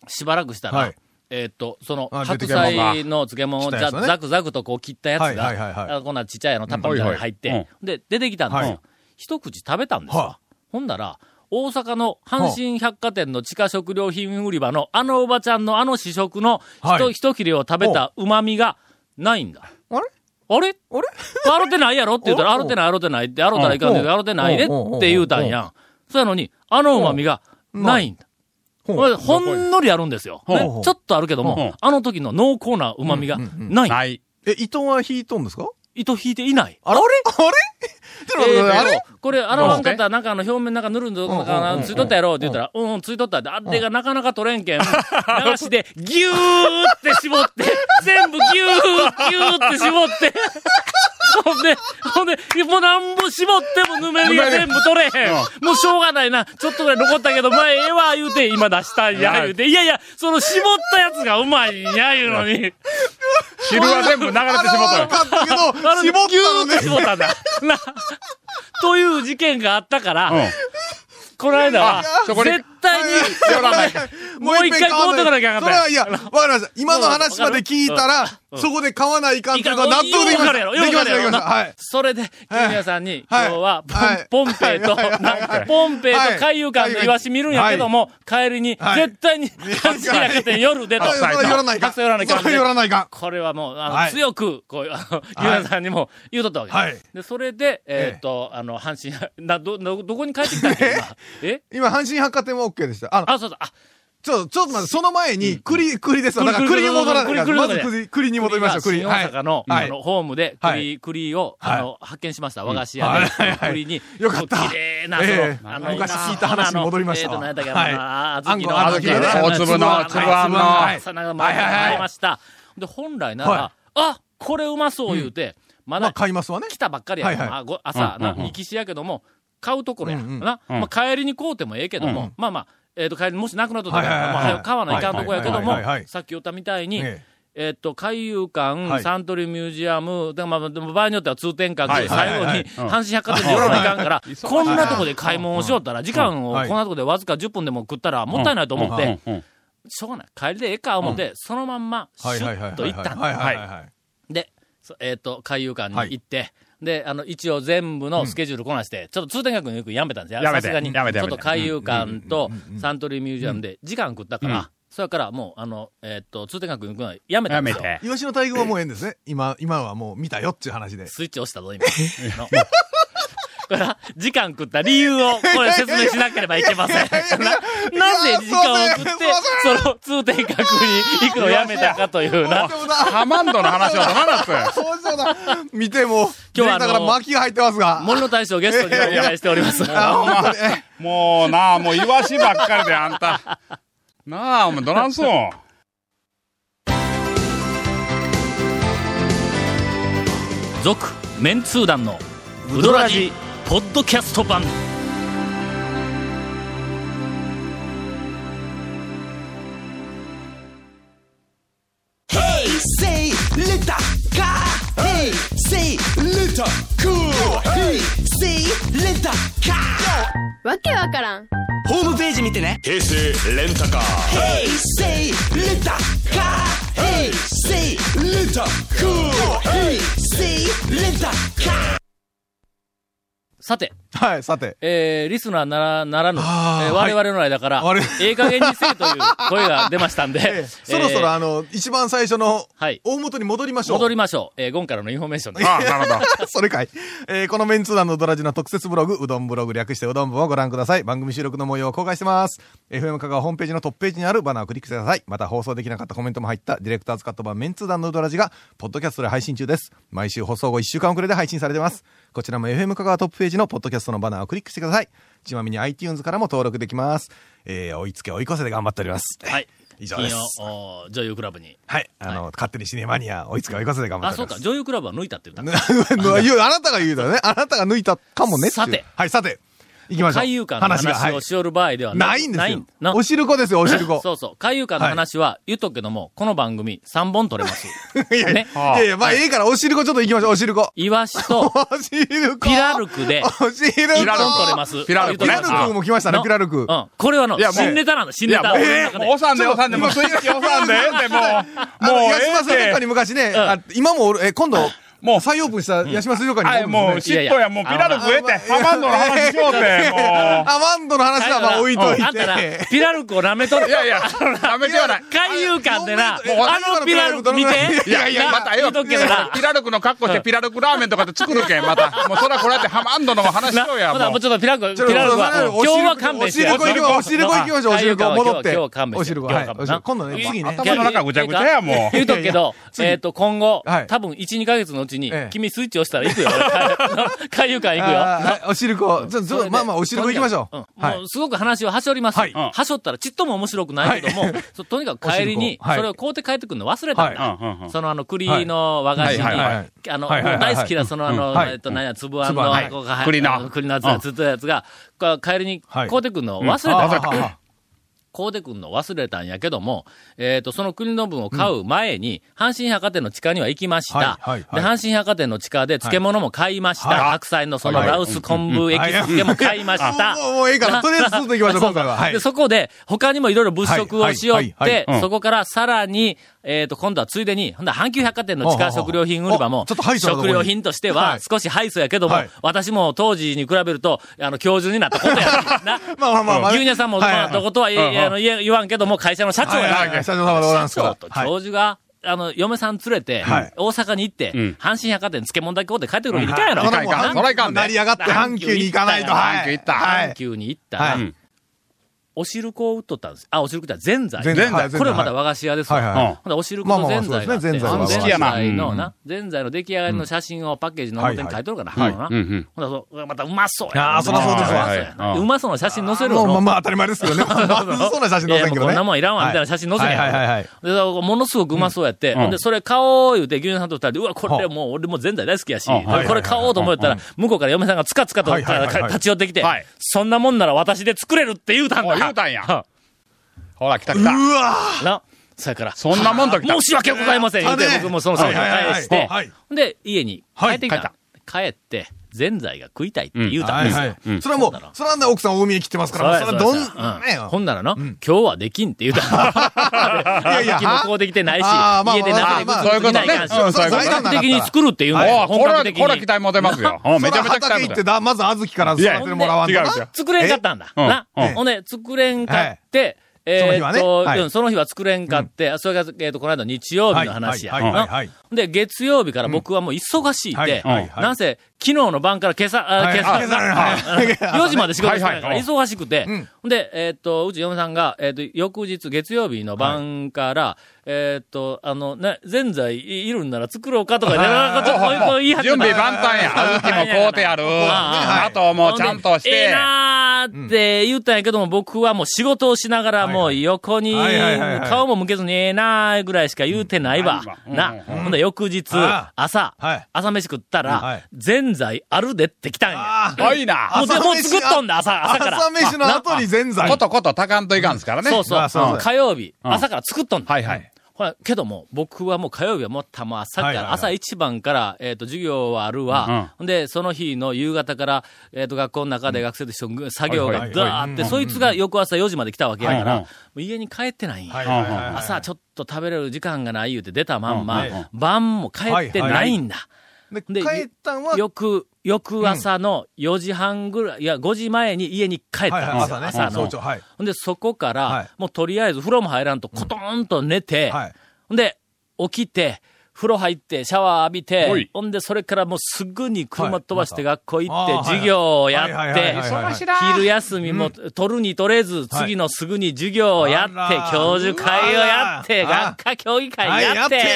Speaker 1: しばらくしたら、
Speaker 3: はい
Speaker 1: えーっと、その、
Speaker 3: あ
Speaker 1: 白
Speaker 3: 出てきたもんが
Speaker 1: 菜の漬物を
Speaker 3: 切
Speaker 1: ざ
Speaker 3: ったやつね
Speaker 1: ザクザクとこう切ったやつが、
Speaker 3: はいはいはいはい
Speaker 1: あこんなちっちゃいあのタッパーみたいなのに入って、
Speaker 4: うんはい
Speaker 1: で、出てきたんですよ。
Speaker 3: はい
Speaker 1: 一口食べたんですよ。
Speaker 3: はあ
Speaker 1: ほんだら、大阪の阪神百貨店の地下食料品売り場の、あのおばちゃんのあの試食のひと、
Speaker 3: はい
Speaker 1: 一切れを食べた旨味がないんだ。
Speaker 3: あれ
Speaker 1: あれ
Speaker 3: あれ
Speaker 1: 洗ってないやろって言ったら、
Speaker 3: お
Speaker 1: 洗ってない、洗ってないって、洗ったらいかんねんけど、
Speaker 3: お
Speaker 1: 洗ってないねっ
Speaker 3: おおおお
Speaker 1: て言うたんやん。そうやのに、あの旨味がないんだ。
Speaker 3: ほう
Speaker 1: ほほんのりあるんですよ。
Speaker 4: ほう
Speaker 1: ねちょっとあるけど
Speaker 4: ほうほ
Speaker 1: も
Speaker 4: う、
Speaker 1: あの時の濃厚な旨味がない。
Speaker 4: ない。
Speaker 3: え、糸は引いとんですか
Speaker 1: 糸引いていない。
Speaker 3: あれあれ
Speaker 1: えーと
Speaker 3: あれ
Speaker 1: これ、洗わんかったら、なんかあの表面なんか塗るんだ
Speaker 3: んうん
Speaker 1: かついとったやろって言ったら、うんうん、ついとったって、あれがなかなか取れ んけん、流して、ぎゅーって絞 って、全部ぎゅー、ぎゅーって絞 って、ほんで、ほんで、もうなんぼ絞ってもぬめりが全部取れへん。もうしょうがないな、ちょっとぐらい残ったけど、まあええわ、言うて、今出したんや、言うて、いやいや、その絞ったやつがうまいんや、言うのに。
Speaker 4: 汁は全部流れてしまった
Speaker 3: わ
Speaker 4: よ。
Speaker 3: かったけど、絞った
Speaker 1: あの
Speaker 3: の
Speaker 1: ぎゅーって
Speaker 3: ね。
Speaker 1: 絞ったんだ。な、という事件があったから、
Speaker 4: うん。
Speaker 1: この間は
Speaker 4: あそこに
Speaker 1: 絶対に、も
Speaker 3: もう一回買わ
Speaker 1: う一回買うとかなきゃあかん
Speaker 3: それは、いや、わかりました。今の話まで聞いたら
Speaker 1: う、ん
Speaker 3: そこで買わないかんと
Speaker 1: いか
Speaker 3: か
Speaker 1: ん、
Speaker 3: 納得できま
Speaker 1: ようわか
Speaker 3: した。
Speaker 1: るやろ
Speaker 3: できました、で
Speaker 1: ようわかるやろ
Speaker 3: きました。はい。
Speaker 1: それで、
Speaker 3: はい
Speaker 1: 君屋さんに、今
Speaker 3: はい
Speaker 1: 日は
Speaker 3: はい、
Speaker 1: ポン、ポンペイと、
Speaker 3: はいはいはいはい
Speaker 1: ポンペイと
Speaker 3: はい
Speaker 1: 海遊館のイワシ見るんやけども、帰りに、
Speaker 3: はい
Speaker 1: 絶対に、関西百貨店夜でと。
Speaker 3: あそれは寄らないかん。
Speaker 1: 白菜寄らないかん
Speaker 3: それは寄らないかん。
Speaker 1: これはもう、あの、
Speaker 3: はい
Speaker 1: 強く、こう、あの、ゆうやさんにも言うとったわけ。
Speaker 3: はい
Speaker 1: で、それで、えーっと、あの、阪神、 な、ど、ど、どこに帰ってきたっけ 今。え
Speaker 3: 今、阪神百貨店は OK でした。あの、
Speaker 1: あ、そうそう、あ、
Speaker 3: ちょっと、ちょっと待って、その前に、栗、栗ですわ。だから
Speaker 1: 栗
Speaker 3: 栗に戻らな
Speaker 1: 栗
Speaker 3: いか
Speaker 1: 栗
Speaker 3: ん。まず
Speaker 1: 栗
Speaker 3: 栗、栗に戻りましょう、栗。
Speaker 1: 新
Speaker 3: は
Speaker 1: 大
Speaker 3: い。
Speaker 1: 阪の、
Speaker 3: はい
Speaker 1: あの、ホームで、
Speaker 3: は
Speaker 1: 栗、
Speaker 3: い
Speaker 1: 栗を、
Speaker 3: はい
Speaker 1: あの、発見しました。和菓子屋
Speaker 3: は
Speaker 1: で
Speaker 3: いはい、はい
Speaker 1: 栗に、
Speaker 3: よかった
Speaker 1: こう綺麗な、そ
Speaker 3: ええ
Speaker 1: の、あの、
Speaker 3: 昔
Speaker 1: な
Speaker 3: 聞いた話に戻りまし
Speaker 1: あ
Speaker 3: たわ
Speaker 1: のえっと、なんだっけ、
Speaker 3: はい
Speaker 1: あの、
Speaker 3: あん
Speaker 1: 小
Speaker 3: こ
Speaker 1: 豆の、
Speaker 3: あんこね
Speaker 1: 小豆
Speaker 4: 大粒の
Speaker 1: はい
Speaker 4: 粒あんの
Speaker 1: はいそんなのもあ
Speaker 3: はいはいはい
Speaker 1: りました。で、本来な
Speaker 3: は
Speaker 1: ら、あ、これうまそう言うて、ま
Speaker 3: まあ、
Speaker 1: だ
Speaker 3: 買いますわね。
Speaker 1: 来たばっかりやから
Speaker 3: はいはい
Speaker 1: あご朝、
Speaker 4: うんうんうん
Speaker 1: な、行きしやけども、買うところや。
Speaker 3: うんうん
Speaker 1: な、
Speaker 4: うん
Speaker 1: まあ、帰りに買うてもええけども、
Speaker 4: う
Speaker 1: まあまあ、えっ、と、帰りにもしなくなっとったら、
Speaker 3: はいはいはい
Speaker 1: もう早く買わないかんとこやけども
Speaker 3: はいはいはいはいは、い
Speaker 1: さっき言ったみたいに、
Speaker 3: え
Speaker 1: えっと、海遊館、
Speaker 3: はい
Speaker 1: サントリーミュージアム、でまあ、でも場合によっては通天閣、
Speaker 4: はい
Speaker 1: 最後
Speaker 3: はいはい
Speaker 1: に
Speaker 3: はい
Speaker 1: 阪神百貨店で寄らないかん から、
Speaker 4: うん
Speaker 1: こんなとこで買い物をしよったら、時間を
Speaker 3: はい
Speaker 1: こんなとこでわずか10分でも食ったらもったいないと思っ
Speaker 4: うん
Speaker 1: て、、
Speaker 4: うんうん
Speaker 1: しょうがない、帰りでええか思って、そのまんま、シ
Speaker 3: え。は
Speaker 1: ュ
Speaker 3: いはいはい
Speaker 1: ッ
Speaker 3: はい。
Speaker 1: と行ったんだ
Speaker 3: はいはいはいはい。
Speaker 1: で、そえっ、と、海遊館に
Speaker 3: はい
Speaker 1: 行って、で、あの、一応全部のスケジュールこなして、ちょっと通天閣によくやめたんですよ。
Speaker 4: やめ
Speaker 1: さ
Speaker 4: て
Speaker 1: すがに。ち
Speaker 4: やめて
Speaker 1: ょ
Speaker 4: や
Speaker 1: っ
Speaker 4: めて
Speaker 1: と海遊館と
Speaker 3: うん
Speaker 1: サントリーミュージアムで時間食ったから、
Speaker 4: うん
Speaker 1: それからもう、あの、えっ、と、通天閣に行くのはやめた
Speaker 4: や
Speaker 1: んで
Speaker 4: め
Speaker 1: すよ。
Speaker 4: て。
Speaker 3: イワシの大群はもうええんですね。今、今はもう見たよっていう話で。
Speaker 1: スイッチ押したぞ、今。のこれは時間食った理由を、これ説明しなければいけません。ななぜ時間を食って
Speaker 3: いや、
Speaker 1: その通天閣に行くのをやめたかというな。
Speaker 3: そう
Speaker 4: ハ
Speaker 3: だ
Speaker 4: マンドの話はどうなったよ。
Speaker 3: そうだ見ても、
Speaker 1: 今日はあの
Speaker 3: だから巻きが入ってますが。
Speaker 1: 森の大将をゲストにお迎えしております。
Speaker 3: あ、ほんとにえ
Speaker 4: もうなあ、もうイワシばっかりで、あんた。なあ、お前どなんそう。
Speaker 1: 続メンツー団のウドラジポッドキャスト版
Speaker 8: わけわからん
Speaker 1: さて、
Speaker 3: はい、さて。
Speaker 1: えー、リスナーならならぬ、え
Speaker 3: あ
Speaker 1: ー
Speaker 3: ー
Speaker 1: 我々の間から、
Speaker 3: はい
Speaker 1: ええ加減にせえという声が出ましたんで、
Speaker 3: ええそろそろ
Speaker 1: えー
Speaker 3: あの、一番最初の
Speaker 1: はい、
Speaker 3: 大元に戻りましょう。
Speaker 1: 戻りましょう。えー、ゴンからのインフォメーションです。
Speaker 4: ああ、なるほど。
Speaker 3: それかい。えーこのメンツー団のドラジの特設ブログ、うどんブログ略してうどん部をご覧ください。番組収録の模様を公開してます。FM 香川ホームページのトップページにあるバナーをクリックしてください。また放送できなかったコメントも入ったディレクターズカット版メンツー団のうどらじが、ポッドキャストで配信中です。毎週放送後1週間遅れで配信されてます。こちらも FM 香川トップページのポッドキャストのバナーをクリックしてください。ちなみに iTunes からも登録できます。えー追いつけ追い越せで頑張っております。
Speaker 1: はい。
Speaker 3: 以上
Speaker 1: 金
Speaker 3: で
Speaker 1: 曜
Speaker 3: す。
Speaker 1: お女優クラブに。
Speaker 3: はい。あの、勝手にシネマニア、追いつか追い越せで頑張
Speaker 1: あ、
Speaker 3: って
Speaker 1: そう
Speaker 3: おりま
Speaker 1: か、
Speaker 3: す。
Speaker 1: 女優クラブは抜いたって言っ
Speaker 3: か。言う、あなたが言うだよね。あなたが抜いたかもねっていう
Speaker 1: さて
Speaker 3: はい、さて。行きま
Speaker 1: た。
Speaker 3: しょ
Speaker 1: 海遊
Speaker 3: う。
Speaker 1: 館の
Speaker 3: がは
Speaker 1: 話
Speaker 3: い
Speaker 1: をしよる場合では
Speaker 3: ないんです
Speaker 1: ない
Speaker 3: よ。
Speaker 1: な
Speaker 3: おしるこですよ、おしる こ。
Speaker 1: そうそう。海遊館の話は言っとくけども、この番組3本撮れ ます。
Speaker 3: いやいや、
Speaker 1: ね
Speaker 3: いやいや、まあ、ええから、おしるこちょっと行きましょう、おしるこ。
Speaker 1: イワシと
Speaker 3: おしるこ。
Speaker 1: ピラルクで、
Speaker 3: おしるこ。
Speaker 1: 1本撮れます。
Speaker 4: ピラルク
Speaker 3: ピラル
Speaker 1: 言っときます
Speaker 3: クも来ましたね、
Speaker 1: の
Speaker 3: ピラルク。
Speaker 1: うん。これはの、
Speaker 4: いやもう
Speaker 1: 新ネタなんだ、新
Speaker 4: い
Speaker 1: ネ
Speaker 4: や、
Speaker 1: タ。
Speaker 4: もう、え
Speaker 1: 俺の中で
Speaker 4: ーもう、おさんで、おさんで、もう、雰囲気おさんで、でもう、
Speaker 3: もう、
Speaker 4: もう、
Speaker 3: ヤシマ水族
Speaker 4: え
Speaker 3: 館
Speaker 4: え
Speaker 3: に昔ね、あ今もおる、え、今度、
Speaker 4: もう
Speaker 3: 再オープンしたヤシマ水族館にお
Speaker 4: は
Speaker 3: るん
Speaker 4: い、
Speaker 3: ですね
Speaker 4: もう、嫉妬や、もう、ピラル食えて、ハマンド の話しようって、も
Speaker 3: アマンドの話はまあ置いとい
Speaker 1: あんたな
Speaker 3: て。、
Speaker 1: ピラルクを舐めとる。
Speaker 4: う。いやいや、ダメではない。
Speaker 1: 海遊館でな、あ
Speaker 3: もう
Speaker 1: のピラルク見て。
Speaker 4: いやいや、また
Speaker 1: 言
Speaker 4: よ
Speaker 1: うとくけどな。
Speaker 4: ピラルクの格好してピラルクラーメンとかで作るけん、また。もうそらこれやってハマンドの話し
Speaker 1: な
Speaker 4: ようや、
Speaker 1: ほなも
Speaker 4: も
Speaker 1: う
Speaker 4: う。
Speaker 1: ちょっとピラル
Speaker 3: ち
Speaker 1: ク、
Speaker 3: ょ
Speaker 1: ピラルクは、
Speaker 3: ちょ
Speaker 1: 今日は勘弁して。
Speaker 3: お汁粉行きましょうお汁粉行きましょうお汁粉戻
Speaker 1: 今
Speaker 3: って
Speaker 1: 日は勘弁して。
Speaker 3: お汁粉
Speaker 1: 今日
Speaker 3: はい
Speaker 1: は勘
Speaker 3: お汁
Speaker 1: 弁
Speaker 3: 粉今度ね
Speaker 1: 今日は
Speaker 3: 次ね
Speaker 1: 今日は
Speaker 4: 頭の中ぐちゃぐちゃやもう
Speaker 1: 言うとくけど、えっと、今後
Speaker 3: はい、
Speaker 1: 多分1、2ヶ月のうちに
Speaker 3: ええ、
Speaker 1: 君スイッチ押したら行く よ。俺海遊館行くよ。
Speaker 3: あーはいおしるこ。ちょ、ち
Speaker 1: そ
Speaker 3: ょ、
Speaker 1: れで
Speaker 3: まあまあ、おしるこ行きましょう。
Speaker 1: とにか
Speaker 3: は
Speaker 1: くん
Speaker 3: い
Speaker 1: もう。すごく話をはしょります。
Speaker 3: は
Speaker 1: はい
Speaker 4: うん
Speaker 1: しょったらちっとも面白くないけども、そうとにかく帰りに
Speaker 3: お汁、粉はい
Speaker 1: それを買うて帰ってくるの忘れたんだ。
Speaker 4: うんうんうん
Speaker 1: そのあの栗の和菓子に、
Speaker 4: はいはい
Speaker 3: はいは
Speaker 1: あの、
Speaker 3: はいはいは
Speaker 1: 大
Speaker 3: い
Speaker 1: 好きなそのあの、
Speaker 3: はい
Speaker 1: えっと、何や、つぶあん
Speaker 3: つぶ
Speaker 1: の、
Speaker 3: あん
Speaker 1: こうが
Speaker 4: 栗の
Speaker 1: あ栗のやつが、ずっとやつが、こう帰りに
Speaker 3: はい
Speaker 1: 買うてくるのを忘れ
Speaker 3: あ
Speaker 1: たんだ。
Speaker 3: はは
Speaker 1: 買うてくるのを忘れたんやけども、えっ、と、その栗の分を買う前に、阪神百貨店の地下には行きました。
Speaker 3: はいはいはい
Speaker 1: で、阪神百貨店の地下で漬物も買いました。
Speaker 3: はい
Speaker 1: 白菜のその羅臼昆布エキス漬けも買いまし
Speaker 3: は
Speaker 1: た
Speaker 3: い。もうもうええからとりあえずずっと行きましょう
Speaker 1: そ
Speaker 3: 今回ははい
Speaker 1: でそこで、他にもいろいろ物色をしよっ
Speaker 3: はいはいはい
Speaker 1: て
Speaker 4: はいう、ん
Speaker 1: そこからさらに、えっ、と、今度はついでに、ほんだ阪急百貨店の地下食料品売り場
Speaker 3: あ
Speaker 1: も
Speaker 3: ちょっとハイ、ソなとこ
Speaker 1: 食
Speaker 3: に
Speaker 1: 料品として
Speaker 3: は
Speaker 1: はい少し敗訴やけども、
Speaker 3: はい
Speaker 1: 私も当時に比べると、あの、教授になったことや しな。
Speaker 3: まあまあまあまあ。
Speaker 1: 牛乳さんも、
Speaker 3: はい
Speaker 1: まあ、どことは言え
Speaker 4: うんうん
Speaker 1: あの言え言わんけども、会社の社長
Speaker 3: はい
Speaker 1: や
Speaker 3: はいはい社長様でございますか
Speaker 1: 社
Speaker 3: ら
Speaker 1: 長と。
Speaker 3: はい
Speaker 1: 教授が、あの、嫁さん連れて
Speaker 3: はい、
Speaker 1: 大阪に行って、
Speaker 4: ん
Speaker 1: 阪神百貨店漬物だけ買うて帰ってくるわけいかんやろ。
Speaker 3: そらもう
Speaker 4: いかんいかんそらいかんね
Speaker 3: 成り上がって阪急に行かないと。はい
Speaker 4: 阪急行った
Speaker 3: は
Speaker 1: 阪
Speaker 3: い。
Speaker 1: 急に行った
Speaker 3: は
Speaker 1: ら
Speaker 3: い、
Speaker 1: お汁粉を売っとったんです。あ、お汁粉じゃないぜんざい。
Speaker 3: 全
Speaker 4: 然
Speaker 3: はい全然
Speaker 1: これはまだ和菓子屋ですわ。
Speaker 3: はいはい
Speaker 1: ほんならお汁粉のぜんざいがあって。
Speaker 3: まあまあま
Speaker 4: あそうですねぜんざいは好きやな
Speaker 1: ぜんざいのな、ぜんざいの出来上がりの写真をパッケージの表に書いとるから、
Speaker 4: は。
Speaker 1: はいい。
Speaker 4: う
Speaker 1: ほん
Speaker 4: んうん。
Speaker 1: ならそうまたうまそうや
Speaker 3: あーそらそうですわ
Speaker 1: まやな
Speaker 4: はいはいう
Speaker 1: まそうな写真載せる
Speaker 3: も
Speaker 1: の
Speaker 3: うまあまあ当たり前ですけどね。 まずそうな写真載せんけ
Speaker 1: いやもう
Speaker 3: ど
Speaker 1: こ
Speaker 3: ね。
Speaker 1: んなもんいらんわ、みたいな写真載せね
Speaker 3: はいはいはいはい。
Speaker 1: で、ものすごくうまそうやって、
Speaker 4: うん
Speaker 1: ほんで、それ買おう言うて、牛乳さんと二人で、うわ、こ
Speaker 3: は
Speaker 1: れ
Speaker 3: あ
Speaker 1: もう、俺も全財大好きやし、
Speaker 4: うんはい
Speaker 1: これ買おうと思ったら、向こうから嫁さんがつかつかと、
Speaker 3: はいはいはいはい
Speaker 1: か立ち寄ってきて、
Speaker 4: はい
Speaker 1: そんなもんなら私で作れるって言うたん
Speaker 4: お
Speaker 1: だ。
Speaker 4: う言うたんや。ほら、来た来
Speaker 3: う
Speaker 4: た。
Speaker 3: わ
Speaker 1: な。そやから、
Speaker 4: そんなもんと来た
Speaker 1: 申。し訳ございません、言うて
Speaker 3: あね、
Speaker 1: 僕もその商品を返して、
Speaker 3: はいはいはいはい
Speaker 1: ほんで、家に帰ってきた。
Speaker 4: はい帰っ
Speaker 1: 帰って、全財が食いたいって言うたん
Speaker 3: は
Speaker 1: で
Speaker 3: い
Speaker 1: すよ。
Speaker 3: はい。それはもう、それはね、奥さん大見え切ってますから、それはどん、ね
Speaker 1: ほんならな、今日はできんっ て言うた。
Speaker 3: いや いや
Speaker 1: 気もこうできてないし、
Speaker 3: あーまあ
Speaker 1: 家で鍋で
Speaker 3: まあ
Speaker 1: 食ってきない
Speaker 4: ま
Speaker 1: か
Speaker 4: あ
Speaker 1: んし、
Speaker 4: まあそういうことねうんそういうこと
Speaker 1: 本格的に作るっていうの
Speaker 4: お
Speaker 1: よ
Speaker 4: うこ
Speaker 1: 本
Speaker 4: れ
Speaker 1: 格
Speaker 4: は、
Speaker 1: 的
Speaker 4: これは期
Speaker 1: に。
Speaker 4: 待持てますよ。うんめちゃめちゃ期
Speaker 3: 畑行
Speaker 4: 待持
Speaker 3: ってて
Speaker 4: る。
Speaker 3: だ、まず小豆から育ててもらわんと
Speaker 4: いや
Speaker 3: な
Speaker 4: 違う。違う
Speaker 1: 作れんかったんだ。
Speaker 4: うん
Speaker 1: な、
Speaker 4: うん
Speaker 1: ほんで、作れんかって、
Speaker 3: その
Speaker 1: えー
Speaker 3: 日は
Speaker 1: っ
Speaker 3: ね
Speaker 1: と、
Speaker 3: はい
Speaker 1: うんその日は作れんかって、それが、えーっと、この間の日曜日の話や。
Speaker 3: はいはいはいはい
Speaker 1: なで、月曜日から僕はもう忙しい
Speaker 3: は
Speaker 1: っ
Speaker 3: い
Speaker 1: て、
Speaker 3: はいはい
Speaker 1: なんせ、昨日の晩から今朝、あ
Speaker 3: はい
Speaker 1: 今朝、
Speaker 3: あ今朝はい
Speaker 1: 4時まで仕事してないか
Speaker 4: はい
Speaker 1: ら
Speaker 4: はい
Speaker 1: 忙しくて、
Speaker 3: ん
Speaker 1: ほんで、えーっと、うち嫁さんが、えーっと、翌日月曜日の晩から、えーっと、あの、ね、ぜんざいいるんなら作ろうかとか、ね、 なんかちょっとこういうこう言い始
Speaker 4: 準
Speaker 1: めた
Speaker 4: 備万 端や。小豆も買うてやる。
Speaker 1: あ
Speaker 4: あともうちゃんとし
Speaker 1: ほでええ
Speaker 4: て。
Speaker 1: なーって言ったんやけども、僕はもう仕事をしながら、もう横に
Speaker 3: はいはいはいはい
Speaker 1: 顔も向けずにええなーぐらいしか言うてないわ
Speaker 4: う。ん
Speaker 1: な。
Speaker 4: うん
Speaker 1: ほんで翌日
Speaker 3: あ、
Speaker 1: 朝
Speaker 3: はい、
Speaker 1: 朝飯食った
Speaker 3: うんは
Speaker 1: ら
Speaker 3: い、
Speaker 1: ぜんざいあるでって来たんや。
Speaker 3: あー
Speaker 4: おいな。
Speaker 1: もうで
Speaker 3: 朝
Speaker 1: もう
Speaker 3: 飯
Speaker 1: 作っとんだ、朝、朝から。
Speaker 3: 朝飯の後にぜんざい。
Speaker 4: ことことたかんといかんすからね。
Speaker 1: そうそう。
Speaker 3: まあそうそう
Speaker 1: 火曜日、
Speaker 4: うん
Speaker 1: 朝から作っとんだ。
Speaker 4: はいはい。
Speaker 1: ほら、けども、僕はもう火曜日はもったもう朝か
Speaker 3: はいはいは
Speaker 1: ら、
Speaker 3: い
Speaker 1: 朝一番から、えっと、授業はあるわ。で、その日の夕方から、えっと、学校の中で学生と一緒に作業
Speaker 3: は
Speaker 1: が
Speaker 3: いはいはい
Speaker 1: ダーって、そいつが翌朝4時まで来たわけやか
Speaker 4: はいは
Speaker 1: ら、
Speaker 4: い
Speaker 1: もう家に帰ってないん
Speaker 3: はい
Speaker 1: や。
Speaker 3: はいはいはい
Speaker 1: 朝ちょっと食べれる時間がない言うて出たまん
Speaker 4: う
Speaker 1: ま
Speaker 4: んうん、
Speaker 1: 晩も帰ってないんだ。
Speaker 3: で、帰
Speaker 1: で
Speaker 3: ったんは、
Speaker 1: 翌、翌朝の4時半ぐらい、いや、5時前に家に帰っ
Speaker 3: はい
Speaker 1: たん
Speaker 3: はい
Speaker 1: です
Speaker 3: 朝
Speaker 1: よ、
Speaker 3: ね。
Speaker 1: 朝
Speaker 3: 早
Speaker 1: の。
Speaker 3: 朝、はい。
Speaker 1: ほんで、そこから、
Speaker 3: はい
Speaker 1: もうとりあえず風呂も入らんと、コトーンと寝て、
Speaker 3: はい。
Speaker 1: ほんで、起きて、風呂入って、シャワー浴び
Speaker 4: は
Speaker 1: て
Speaker 4: い、
Speaker 1: ほんで、それからもうすぐに車飛ばして
Speaker 3: は
Speaker 1: 学校行って
Speaker 3: あー、
Speaker 1: 授業をや
Speaker 3: はい
Speaker 1: っ
Speaker 3: はいはい
Speaker 1: て
Speaker 3: はいはい忙し、
Speaker 1: 昼休みも取るに取れず、次のすぐに授業をやって
Speaker 3: あら、
Speaker 1: 教授会をやって、
Speaker 3: うわ
Speaker 1: 学科協議会
Speaker 3: はいや
Speaker 1: や
Speaker 3: っ
Speaker 1: ってて、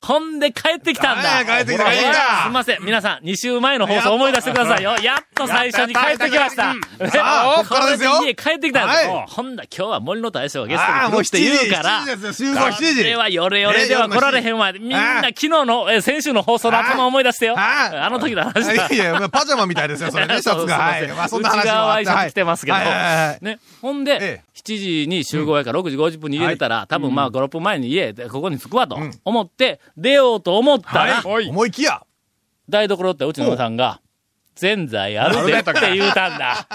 Speaker 1: ほんで帰ってきたん
Speaker 3: は
Speaker 1: だ。
Speaker 3: い帰ってきた
Speaker 1: ほら
Speaker 3: 帰ってきた
Speaker 1: すいません、皆さん、2週前の放送思い出してくださいよ。やっと最初に帰ってきました。
Speaker 4: やっ
Speaker 3: さあこっからですよ
Speaker 1: これ家帰ってきたんです
Speaker 3: はい
Speaker 1: ほんだ、今日は森の大将がゲストに
Speaker 3: ああ、
Speaker 1: 来
Speaker 3: もう
Speaker 1: る
Speaker 3: 7
Speaker 1: って
Speaker 3: 時、
Speaker 1: 言うから、
Speaker 3: 7時ですよ、集合7時。
Speaker 1: では、よれよれでは来られへんわ。みんな、昨日の、えー先週の放送の頭思い出してよ。
Speaker 3: ああ
Speaker 1: あの時の話だ。
Speaker 3: いやいや、パジャマみたいですよ、それ ね、シャツが。はい。まあ、そんな話もあ
Speaker 1: は
Speaker 3: っ
Speaker 1: い内側は
Speaker 3: て。は
Speaker 1: 衣装着てますけど。
Speaker 3: はいはいはいはい
Speaker 1: ね。ほん
Speaker 3: え
Speaker 1: で、7時に集合やから6時50分に家出たら、多分まあ5、6分前に家、でここに着くわと思って、出ようと思ったら、
Speaker 4: おい。
Speaker 3: 思いきや、
Speaker 1: 台所ってうちのおさんが、ぜんざいあるでって言うたんだ。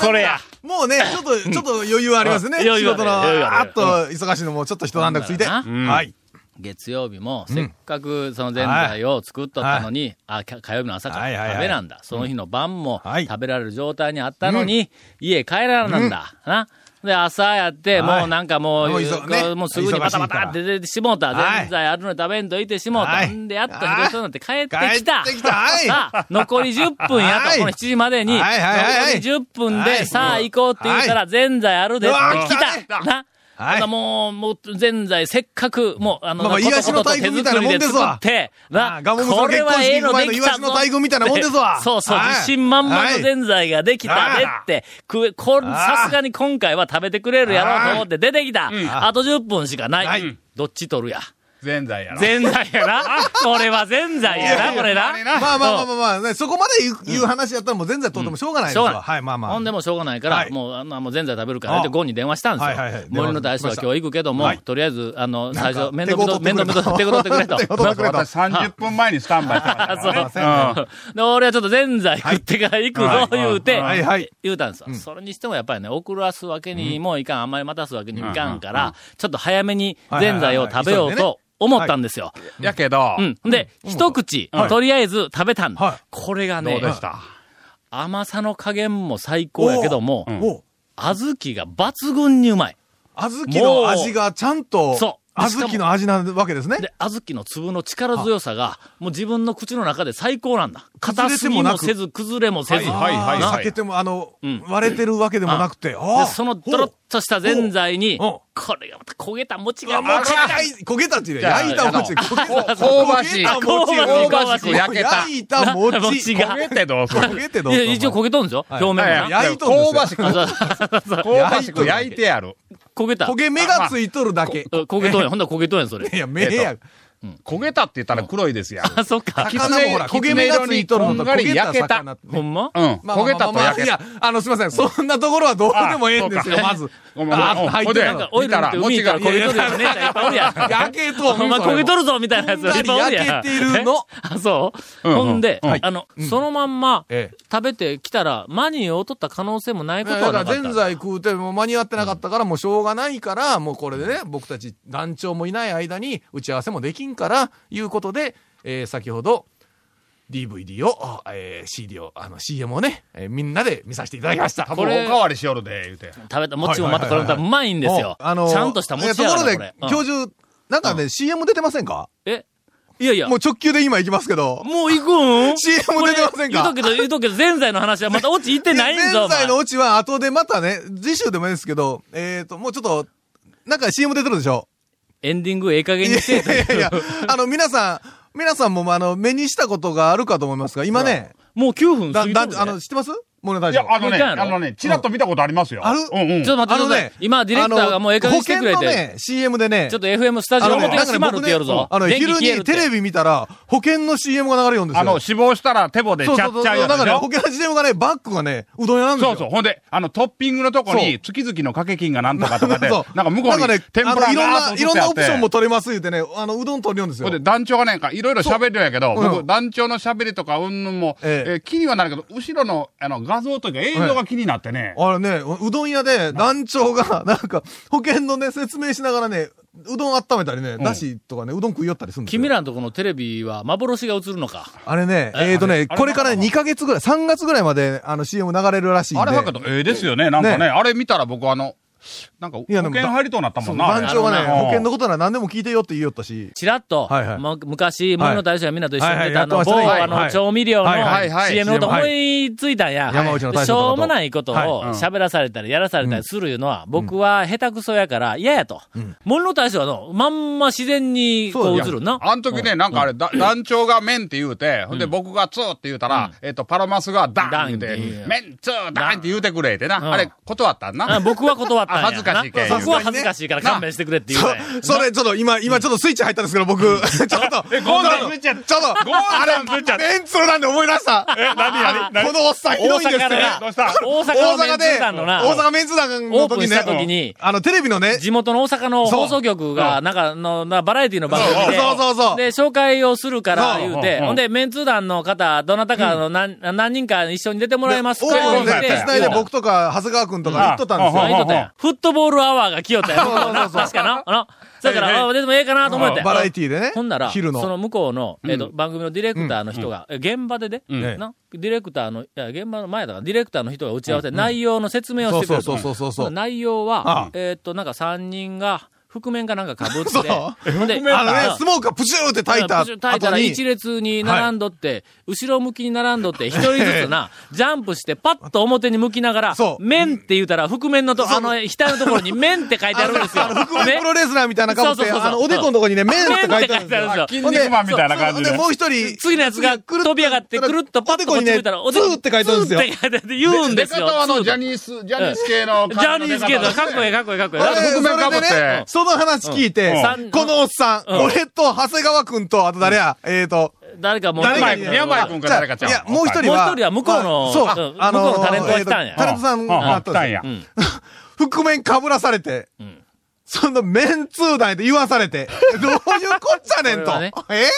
Speaker 1: これや。
Speaker 3: もうね、ちょっと、ちょっと余裕ありますね。
Speaker 1: うん
Speaker 3: 仕
Speaker 1: 余裕ある
Speaker 3: 事の、
Speaker 1: 余裕あ
Speaker 3: あ
Speaker 1: る
Speaker 3: っと忙しいのも、ちょっと一段落ついて。
Speaker 1: うん
Speaker 3: はい。
Speaker 1: 月曜日も、せっかくそのぜんざいを作っとったのに、あ、きゃ火曜日の朝か
Speaker 3: はいはいは
Speaker 1: ら
Speaker 3: い
Speaker 1: 食べなんだ。その日の晩も
Speaker 3: はい
Speaker 1: 食べられる状態にあったのに、家帰らなんだ。な。で、朝やって、
Speaker 3: はい
Speaker 1: もうなんかもう、
Speaker 3: もう
Speaker 1: こ
Speaker 3: いそうね
Speaker 1: うもうすぐにバタバタって出てしもうた。
Speaker 3: はい
Speaker 1: ぜんざいあるのに食べんといてしもう
Speaker 3: は
Speaker 1: た。
Speaker 3: い
Speaker 1: んで、やっと昼そうになって帰ってきた。
Speaker 3: 帰ってきたはい
Speaker 1: さあ、残り10分や
Speaker 3: はい
Speaker 1: と、この7時までに、
Speaker 3: はいはいはいは
Speaker 1: 残
Speaker 3: い
Speaker 1: り10分
Speaker 3: は
Speaker 1: で、
Speaker 3: い
Speaker 1: さあ行こうって言うたら、ぜんざいあるでって来
Speaker 3: う
Speaker 1: た。な。
Speaker 3: はい
Speaker 1: ほなもう、もう、ぜんざい、せっかく、もう、あの、
Speaker 3: まあまあ
Speaker 1: ことことと
Speaker 3: イワシの大群みたいなもんですわ
Speaker 1: 手作りで作って、
Speaker 3: あ
Speaker 1: な、
Speaker 3: ガモムシの
Speaker 1: これ
Speaker 3: 結婚
Speaker 1: はええ
Speaker 3: 式行
Speaker 1: の
Speaker 3: く前
Speaker 1: で
Speaker 3: の
Speaker 1: き
Speaker 3: イ
Speaker 1: た
Speaker 3: ワ
Speaker 1: ぞ
Speaker 3: シの大群みたいなもんですわ。
Speaker 1: で そうそう、
Speaker 3: はい
Speaker 1: 自信満々のぜんざいができた
Speaker 3: は
Speaker 1: で
Speaker 3: い
Speaker 1: って、くえこれ、
Speaker 3: あー
Speaker 1: さすがに今回は食べてくれるやろうと思って出てきた。
Speaker 4: ん
Speaker 1: あと10分しかない。
Speaker 3: はい
Speaker 1: うんどっち取るや。
Speaker 4: ぜんざいやろ。
Speaker 1: ぜんざいやな。これはぜんざいやな、これな。
Speaker 3: まあまあまあまあまあね、そこまで言う言う話やったらもう全然とってもしょうがないです
Speaker 1: しょうがな
Speaker 3: わ。
Speaker 1: い
Speaker 3: はい、まあまあ。
Speaker 1: ほんでもうしょうがないから、
Speaker 3: はい
Speaker 1: もう、あの、もうぜんざい食べるから、
Speaker 3: あ
Speaker 1: で、ゴンに電話したんですよ。
Speaker 3: はいはいはい
Speaker 1: 森の大将は今日行くけども、
Speaker 3: はい
Speaker 1: とりあえず、あの、
Speaker 3: なんか
Speaker 1: 最初、面倒見と、
Speaker 3: 手
Speaker 1: 面
Speaker 3: こ
Speaker 1: 倒
Speaker 3: う
Speaker 1: 見
Speaker 3: 取ってくれ
Speaker 1: と、手こ取ってくれと。
Speaker 3: 手こ取ってくれと
Speaker 4: 私30分前にスタンバイしてましたか
Speaker 1: あ、
Speaker 4: ら
Speaker 1: そう。
Speaker 4: ね。
Speaker 1: で、俺はちょっとぜんざい食ってから行くぞ、言うて、
Speaker 3: はいはい
Speaker 1: 言うたんですよ。それにしてもやっぱりね、遅らすわけにもいかん、あんまり待たすわけにもいかんから、ちょっと早めにぜんざいを食べよう
Speaker 3: はいはいはい
Speaker 1: と思ったんですよ。
Speaker 4: やけど
Speaker 1: う、ん。で、一口、とりあえず食べたん
Speaker 3: はい
Speaker 1: だ。これが
Speaker 4: ど
Speaker 1: ね
Speaker 4: う、でした
Speaker 1: 甘さの加減も最高やけども、
Speaker 3: お、
Speaker 1: 小豆が抜群にうまい。
Speaker 3: 小豆の味がちゃんと、
Speaker 1: そう
Speaker 3: 小豆の味なわけですね。
Speaker 1: で、小豆の粒の力強さが、もう自分の口の中で最高なんだ。硬すぎもせず、崩れもせず。
Speaker 4: はいはい
Speaker 1: な
Speaker 3: 避けても、あの
Speaker 1: ん、
Speaker 3: 割れてるわけでもなくて、あ
Speaker 1: で
Speaker 3: あ
Speaker 1: そのドロッとしたぜんざいに、
Speaker 3: おうおう
Speaker 1: これがまた焦げた餅
Speaker 3: うわ
Speaker 1: が、
Speaker 3: もう
Speaker 1: あ
Speaker 3: 辛い焦げたっていうより焼いたお餅、焦げた
Speaker 4: 香ばしい。
Speaker 3: あ
Speaker 4: 香
Speaker 3: 香ばしい
Speaker 4: ばしく焼けた。
Speaker 3: 焼いた餅。
Speaker 1: 餅が
Speaker 4: 焦げてどうする
Speaker 3: 焦げてどう
Speaker 1: い
Speaker 3: ぞ
Speaker 1: や一応焦げとんですよ、
Speaker 3: はい
Speaker 1: 表面が
Speaker 3: は
Speaker 1: な。
Speaker 3: 焼いとんですよ
Speaker 4: 香ばしく、香
Speaker 1: あそう
Speaker 4: ばしく焼いてやる。
Speaker 1: 焦げた。
Speaker 3: 焦げ目がついとるだけ。
Speaker 1: うん焦げとんや。ほんだら焦げとんや、それ
Speaker 3: い。や、目や。
Speaker 4: 焦げたって言ったら黒いですやん。
Speaker 1: あ、そっ か。
Speaker 4: き
Speaker 3: 魚もほら、焦げ目がついとるのと焦げた魚って。
Speaker 1: ほんま
Speaker 4: うん。焦げたと焼け
Speaker 3: い
Speaker 4: た
Speaker 3: や。、あの、すみません。そんなところはどうでもええんですよ、まず。
Speaker 4: ごめんごめんうん
Speaker 3: 入っ
Speaker 4: ほ
Speaker 3: て
Speaker 4: いで
Speaker 3: な
Speaker 1: なんか、オイルなんて海から焦げとるよね。いっぱいおるやん。
Speaker 3: 焼けと
Speaker 1: ほんま焦げとるぞみたいなやついっぱいおるやん。
Speaker 3: こんがり焼けてるの
Speaker 1: あ、そう、
Speaker 4: うんうん
Speaker 1: ほんで、
Speaker 4: はい
Speaker 1: あの、そのまんま、
Speaker 3: ええ
Speaker 1: 食べてきたら、マニーを取った可能性もないこと
Speaker 3: だ
Speaker 1: は
Speaker 3: か
Speaker 1: な
Speaker 3: ら、
Speaker 1: かった。
Speaker 3: ぜんざい食うても間に合ってなかったから、もうしょうがないから、もうこれでね、僕たち団長もいない間に打ち合わせもできんから、いうことで、えー先ほど、DVD を、あえー CD を、あの CM をね、えーみんなで見させていただきました。
Speaker 4: これおかわりしよるで、言うて。
Speaker 1: 食べた餅もまたこれまたうまいんですよ。
Speaker 3: あの
Speaker 1: ちゃんとした餅や
Speaker 3: ところ
Speaker 1: から、
Speaker 3: で
Speaker 1: これ、。
Speaker 3: 教
Speaker 1: うん
Speaker 3: 授、なんかね、CM 出てませんか
Speaker 1: えいやいや。
Speaker 3: も
Speaker 1: も
Speaker 3: う直球で今行きますけど。
Speaker 1: う行くん
Speaker 3: CM
Speaker 1: これ
Speaker 3: 出てませんか
Speaker 1: 言うとくけど、言うとくけど、前菜の話はまたオチ行ってないんぞ。お
Speaker 3: 前
Speaker 1: 前
Speaker 3: 回のオチは後でまたね、次週でもいいですけど、えっ、と、もうちょっと、なんか CM 出てるでしょ
Speaker 1: エンディングええ加減
Speaker 3: い
Speaker 1: に
Speaker 3: や
Speaker 1: してと
Speaker 3: いやい
Speaker 1: いう
Speaker 3: や、 あの、皆さん、皆さんもまああの、目にしたことがあるかと思いますが、今ね、
Speaker 1: もう9分
Speaker 3: だ、
Speaker 1: 過ぎて
Speaker 3: だ
Speaker 1: る、ね、
Speaker 3: あの、知ってますモネ大
Speaker 4: い
Speaker 3: 将
Speaker 4: や、。あのね、
Speaker 1: もう一回やろ
Speaker 4: あのね、ちらっと見たことありますよ。
Speaker 3: ある
Speaker 4: うんうん。
Speaker 1: ちょっと待ってください。今、ディレクターがもうええ加減にしてくれ
Speaker 3: あの
Speaker 1: て、
Speaker 3: ね保険のね、CM でね、
Speaker 1: ちょっと FM スタジオ表が閉まるってやるぞ。
Speaker 3: あの、
Speaker 1: 電気
Speaker 3: 昼
Speaker 1: 消える
Speaker 3: に
Speaker 1: って
Speaker 3: テレビ見たら、保険の CM が流れるんですよ。
Speaker 4: あの、死亡したらテボでちゃ
Speaker 3: そ
Speaker 4: っ
Speaker 3: う
Speaker 4: ち
Speaker 3: そ
Speaker 4: ゃ
Speaker 3: うそう、
Speaker 4: うやつ
Speaker 3: だか
Speaker 4: でし
Speaker 3: ら
Speaker 4: ょ
Speaker 3: 保険の CM がね、バックがね、うどん屋なんです
Speaker 4: そ
Speaker 3: よ。
Speaker 4: うそう。ほんで、あの、トッピングのとこに、月々の掛け金がなんとかとかで、なんか向こうに
Speaker 3: なんかね
Speaker 4: 天ぷ
Speaker 3: あの
Speaker 4: ら
Speaker 3: いろんな、
Speaker 4: が
Speaker 3: いろんなオプションも
Speaker 4: も
Speaker 3: 取れます言うてね、あの、うどん取るようんですよ。
Speaker 4: ほんで、団長がね、いろいろ喋るんやけど、
Speaker 3: そうう
Speaker 4: 僕、
Speaker 3: ん
Speaker 4: 団長の喋りとか、うんぬんも、
Speaker 3: ええ
Speaker 4: えー気にはなるけど、後ろの、あの、画像というか映像が気になってね。
Speaker 3: あれね、うどん屋で団長が、 なんか、保険のね、説明しながらね、うどん温めたりね、だしとかね、うどん食いよったりするんですよ。
Speaker 1: 君らのとこのテレビは幻が映るのか。
Speaker 3: あれね、えーとね、これからね2ヶ月ぐらい、3月ぐらいまで、あの、CM 流れるらしいんで。
Speaker 4: あれはけど、ええですよね。なんかね、
Speaker 3: ね
Speaker 4: あれ見たら僕あの、なんか、保
Speaker 3: いやで
Speaker 4: 険
Speaker 3: も
Speaker 4: 入りとうなったもんな。あれ
Speaker 3: 番長がね、
Speaker 4: あの
Speaker 3: 保険のことなら何でも聞いてよって言いよったし。
Speaker 1: ちらっと、
Speaker 3: はいはい
Speaker 1: ま昔、物の大将やみんなと一緒に出たあの、
Speaker 3: はい
Speaker 1: 某、
Speaker 3: はいやってましたね
Speaker 1: あ
Speaker 3: は
Speaker 1: の、
Speaker 3: い
Speaker 1: 調味料の
Speaker 3: はいはい
Speaker 4: はい
Speaker 1: CM のこと思いついたんや。
Speaker 3: 山内の大
Speaker 1: し
Speaker 3: 将
Speaker 1: ょう
Speaker 3: とか
Speaker 1: も
Speaker 3: と。
Speaker 1: ないことを
Speaker 3: はい
Speaker 4: うん
Speaker 1: 喋らされたり、やらされたりするいうのは、僕は下手くそやから嫌やと。物の大将はの、まんま自然にこう映るな。
Speaker 4: あの時ね、なんかあれ、だ団長が麺って言うて、ほんで僕がツーって言うたら、えっと、パロマスがダンって
Speaker 1: ダンって
Speaker 4: 言
Speaker 1: 言
Speaker 4: う
Speaker 1: う
Speaker 4: て、麺ツーダンって言うてくれってな。あれ、断ったん
Speaker 1: あ
Speaker 4: な。
Speaker 1: 僕は断ったんや。
Speaker 4: あ恥ずかしいけん
Speaker 1: な僕は恥ずかしいから勘弁してくれって言うたんや
Speaker 3: それ、ちょっと今、今ちょっとスイッチ入ったんですけど、僕、 ちょっと、え、ゴンダム、ちょっと、あれ、メンツーなんで思い出した。え、何やこのおっさんひどいんです
Speaker 1: 大阪
Speaker 3: よ
Speaker 1: でな。
Speaker 4: どうした
Speaker 1: 大阪
Speaker 3: 大
Speaker 1: のメン
Speaker 3: 阪
Speaker 1: ツ
Speaker 3: で
Speaker 1: ー、団のな、
Speaker 3: 大阪メンツ団の時
Speaker 1: オープンし
Speaker 3: ね
Speaker 1: た時に、
Speaker 3: あの、テレビのね、
Speaker 1: 地元の大阪の
Speaker 3: そう
Speaker 1: 放送局が、なんか、の、な、バラエティの番組で、
Speaker 3: そうそうそうそう
Speaker 1: で、紹介をするから
Speaker 3: そう
Speaker 1: 言うて、ほんで、メンツー団の方、どなたかの何、何人か一緒に出てもらえます
Speaker 3: オ
Speaker 1: か
Speaker 3: ープ
Speaker 1: 言
Speaker 3: ン
Speaker 1: う
Speaker 3: で、
Speaker 1: て
Speaker 3: 手伝いで僕とか、長谷川くんとか言っとったんです
Speaker 1: あ言
Speaker 3: よ。
Speaker 1: うとったやんフットボールアワーが来よったやん。
Speaker 3: そうそうそうそう
Speaker 1: 確かな。あの、だか
Speaker 4: はいは
Speaker 1: ら、
Speaker 4: い
Speaker 1: あでもええかなと思って。
Speaker 3: バラエティでね
Speaker 1: ほんなら、そ
Speaker 3: 昼の
Speaker 1: の向こうの、えっと、番組のディレクターの人が、え現場でね、
Speaker 3: ん
Speaker 1: な、ディレクターの、いや、現場の前だから、ディレクターの人が打ち合わせ、内容の説明をしてくれると。
Speaker 3: そうそうそうそうそう
Speaker 1: ほんなら内容は、えっと、なんか3人が、覆面かなんか被って、
Speaker 3: そう
Speaker 1: ほんで
Speaker 3: あのね
Speaker 1: うん、
Speaker 3: スモークがプシューって炊いた
Speaker 1: プシュッ炊いた
Speaker 3: 後
Speaker 1: ら
Speaker 3: に
Speaker 1: 一、列に並んどって、後ろ向きに並んどって、一人ずつな、ジャンプして、パッと表に向きながら
Speaker 3: そ、う
Speaker 1: 面って言うたら、覆面のと、あの、額のところに面って書いてあるんですよ。
Speaker 3: あの、覆面
Speaker 1: ね
Speaker 3: プロレスラーみたいな顔し
Speaker 1: そう
Speaker 3: て、
Speaker 1: そうそうそう
Speaker 3: あの、おでこのとこにね、麺って書いてあるんです
Speaker 1: 麺って書いてあるんで
Speaker 3: よ
Speaker 1: す。よ
Speaker 4: 筋肉マンみたいな感じ
Speaker 3: そう
Speaker 4: で
Speaker 3: で。もう一人。
Speaker 1: 次のやつが
Speaker 3: くるっ
Speaker 1: 飛び上がって、くるっとパッとこっち向いたら、
Speaker 3: おでこにね、ツーって書いてあるんですよ。
Speaker 1: ツーって書いてある言うん
Speaker 4: 出
Speaker 1: です
Speaker 4: 方
Speaker 1: よ。
Speaker 4: はあの、ジャ
Speaker 1: ー
Speaker 4: ニース、ジャニース系の。
Speaker 1: ジャニーズ系だ。かっこええ、かっこええ、かっこええ。だって
Speaker 4: あれ覆面かぶって
Speaker 3: それでねその話聞いて
Speaker 4: うん
Speaker 1: う、ん
Speaker 3: このおっさん、
Speaker 1: うん
Speaker 3: 俺と長谷川くんと、あと誰や、えーと、
Speaker 1: 誰かもう、
Speaker 3: 誰
Speaker 4: 宮
Speaker 3: が
Speaker 4: 前君、宮前君か誰かちゃう
Speaker 3: いや、もう一人は。
Speaker 1: もう一人は向こうの
Speaker 3: あそう
Speaker 1: うん、向こうのタレントが来たんや
Speaker 3: えーとタレントさん
Speaker 4: うん
Speaker 3: が
Speaker 4: うん来たんや。
Speaker 3: 覆面かぶらされて、そのメンツー団やって言わされて、 どういうこっちゃねん
Speaker 1: これ
Speaker 3: と
Speaker 1: はね。
Speaker 3: え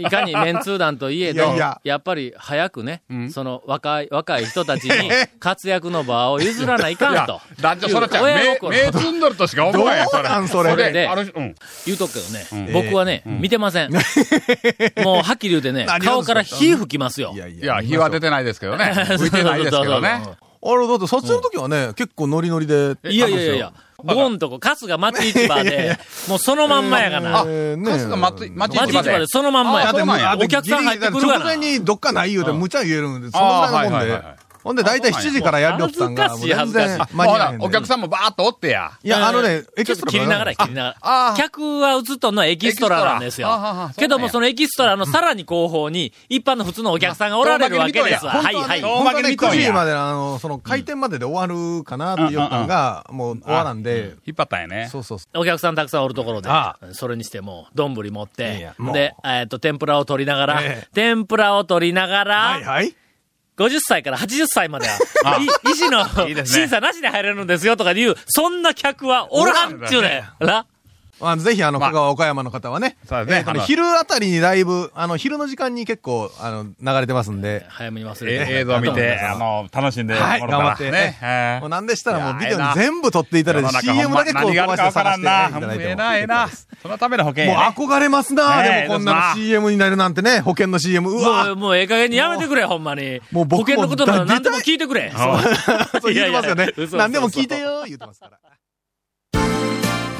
Speaker 1: いかにメンツー団といえど、
Speaker 3: い
Speaker 1: や
Speaker 3: やいや
Speaker 1: っぱり早くね、
Speaker 4: ん
Speaker 1: その若い、若い人たち に活躍の場を譲らないかんと。
Speaker 4: 団長、そらちゃん、
Speaker 1: 親
Speaker 4: 目、
Speaker 1: 心
Speaker 4: 目つんどるとしか思わへん、
Speaker 3: どうなんそれ
Speaker 1: で
Speaker 4: ある種うん。
Speaker 1: 言うとくけどね、僕はね、見てま せん。もうはっきり言うてね、
Speaker 3: 何を
Speaker 1: 顔から火吹きますよ。
Speaker 3: い
Speaker 4: いや、火は出てないですけどね。浮いてないですけどね。
Speaker 3: あれ、だって撮影の時はね、結構ノリノリで。
Speaker 1: いやいやいやいや、ゴンとこ、春日松市場で、もうそのまんまやがな。
Speaker 3: えーね
Speaker 4: 春日松井町
Speaker 1: 松市場でそのまんま
Speaker 4: あ
Speaker 1: や
Speaker 4: そ。うなんや
Speaker 3: だって
Speaker 1: お客さん入ってくるから
Speaker 3: ギリギリだって直前にどっかない言うて、無茶言えるんで、そん
Speaker 4: あー
Speaker 3: なもん
Speaker 4: はいはい
Speaker 3: で
Speaker 4: はいはい。
Speaker 3: ほんで、大体7時からやるよってたんが、もう
Speaker 1: 恥ずかし
Speaker 3: 全
Speaker 1: い恥ず
Speaker 3: 然
Speaker 1: かし
Speaker 3: 間に合わへんで
Speaker 4: お客さんもバーっとおってや。
Speaker 3: いや、あのね、エ
Speaker 1: ち
Speaker 3: キ
Speaker 1: ょっ
Speaker 3: ス
Speaker 1: と
Speaker 3: トラ
Speaker 1: 切りながら切りながら。客は映っとんのはエキストラなんですよ
Speaker 4: エキストラあはは。
Speaker 1: けども
Speaker 4: そ
Speaker 1: そのエキストラのさらに後方に、一般の普通のお客さんがおられるわけですわ。
Speaker 4: まあ
Speaker 1: はいはい。
Speaker 4: 本
Speaker 3: 本
Speaker 4: 番
Speaker 3: 当はね、
Speaker 4: 見と
Speaker 3: 9
Speaker 4: んや
Speaker 3: 時までの、あの、その、開店までで終わるかなって言ったのが、もう終わらんで、
Speaker 4: 引っ張ったんやね。
Speaker 3: そうそうそ
Speaker 1: お客さんたくさんおるところで、それにしても、丼持っ
Speaker 3: い
Speaker 1: て
Speaker 3: や、もう
Speaker 1: で、えっと、天ぷらを取りながら
Speaker 3: ええ、
Speaker 1: 天ぷらを取りなが
Speaker 3: う。はい
Speaker 1: ら、
Speaker 3: はい。
Speaker 1: 50歳から80歳までは、い医師の
Speaker 4: いいですね
Speaker 1: 審査なしで入れるんですよとかいう、そんな客はおらんっちゅうねん。な
Speaker 3: あのぜひ、あの、
Speaker 4: まあ
Speaker 3: 香川岡山の方はね、
Speaker 4: そうだね
Speaker 3: えーと
Speaker 4: あの
Speaker 3: 昼あたりにライブ、あの、昼の時間に結構、あの、流れてますんで、
Speaker 1: 早めに忘れて。
Speaker 4: え映像見て、あの、楽しんでもら
Speaker 3: は
Speaker 4: っ
Speaker 3: い、
Speaker 4: た
Speaker 3: 頑
Speaker 4: ら。
Speaker 3: 張って。
Speaker 4: ね。え
Speaker 3: もう
Speaker 4: え
Speaker 3: なんでしたらもうビデオ
Speaker 4: いや
Speaker 3: に
Speaker 4: ええな
Speaker 3: 全部撮っていただいて、
Speaker 4: 世
Speaker 3: CM
Speaker 4: の
Speaker 3: だけ
Speaker 4: 中ほ
Speaker 3: こうん飛
Speaker 4: ま何があ
Speaker 3: ばして
Speaker 4: るかわか
Speaker 3: 探
Speaker 4: ら
Speaker 3: して
Speaker 4: ん
Speaker 3: ねいた
Speaker 4: な。
Speaker 3: だい
Speaker 4: え
Speaker 3: て
Speaker 4: え
Speaker 3: も。
Speaker 4: な、ええな。そのための保険
Speaker 3: もう
Speaker 4: やね。
Speaker 3: 憧れますな、
Speaker 4: ねえ
Speaker 3: でもこんな
Speaker 4: まあ
Speaker 3: の CM になるなんてね、保険の CM。うわ
Speaker 1: もう、もうええ加減にやめてくれ、ほんまに。
Speaker 3: もう僕も
Speaker 1: 保険のことなら何でも
Speaker 3: だ
Speaker 1: 聞いてくれ。
Speaker 3: そう言ってますよ
Speaker 1: いやいや
Speaker 3: ね
Speaker 1: 嘘嘘。嘘
Speaker 3: 何でも聞いてよ、言ってますから。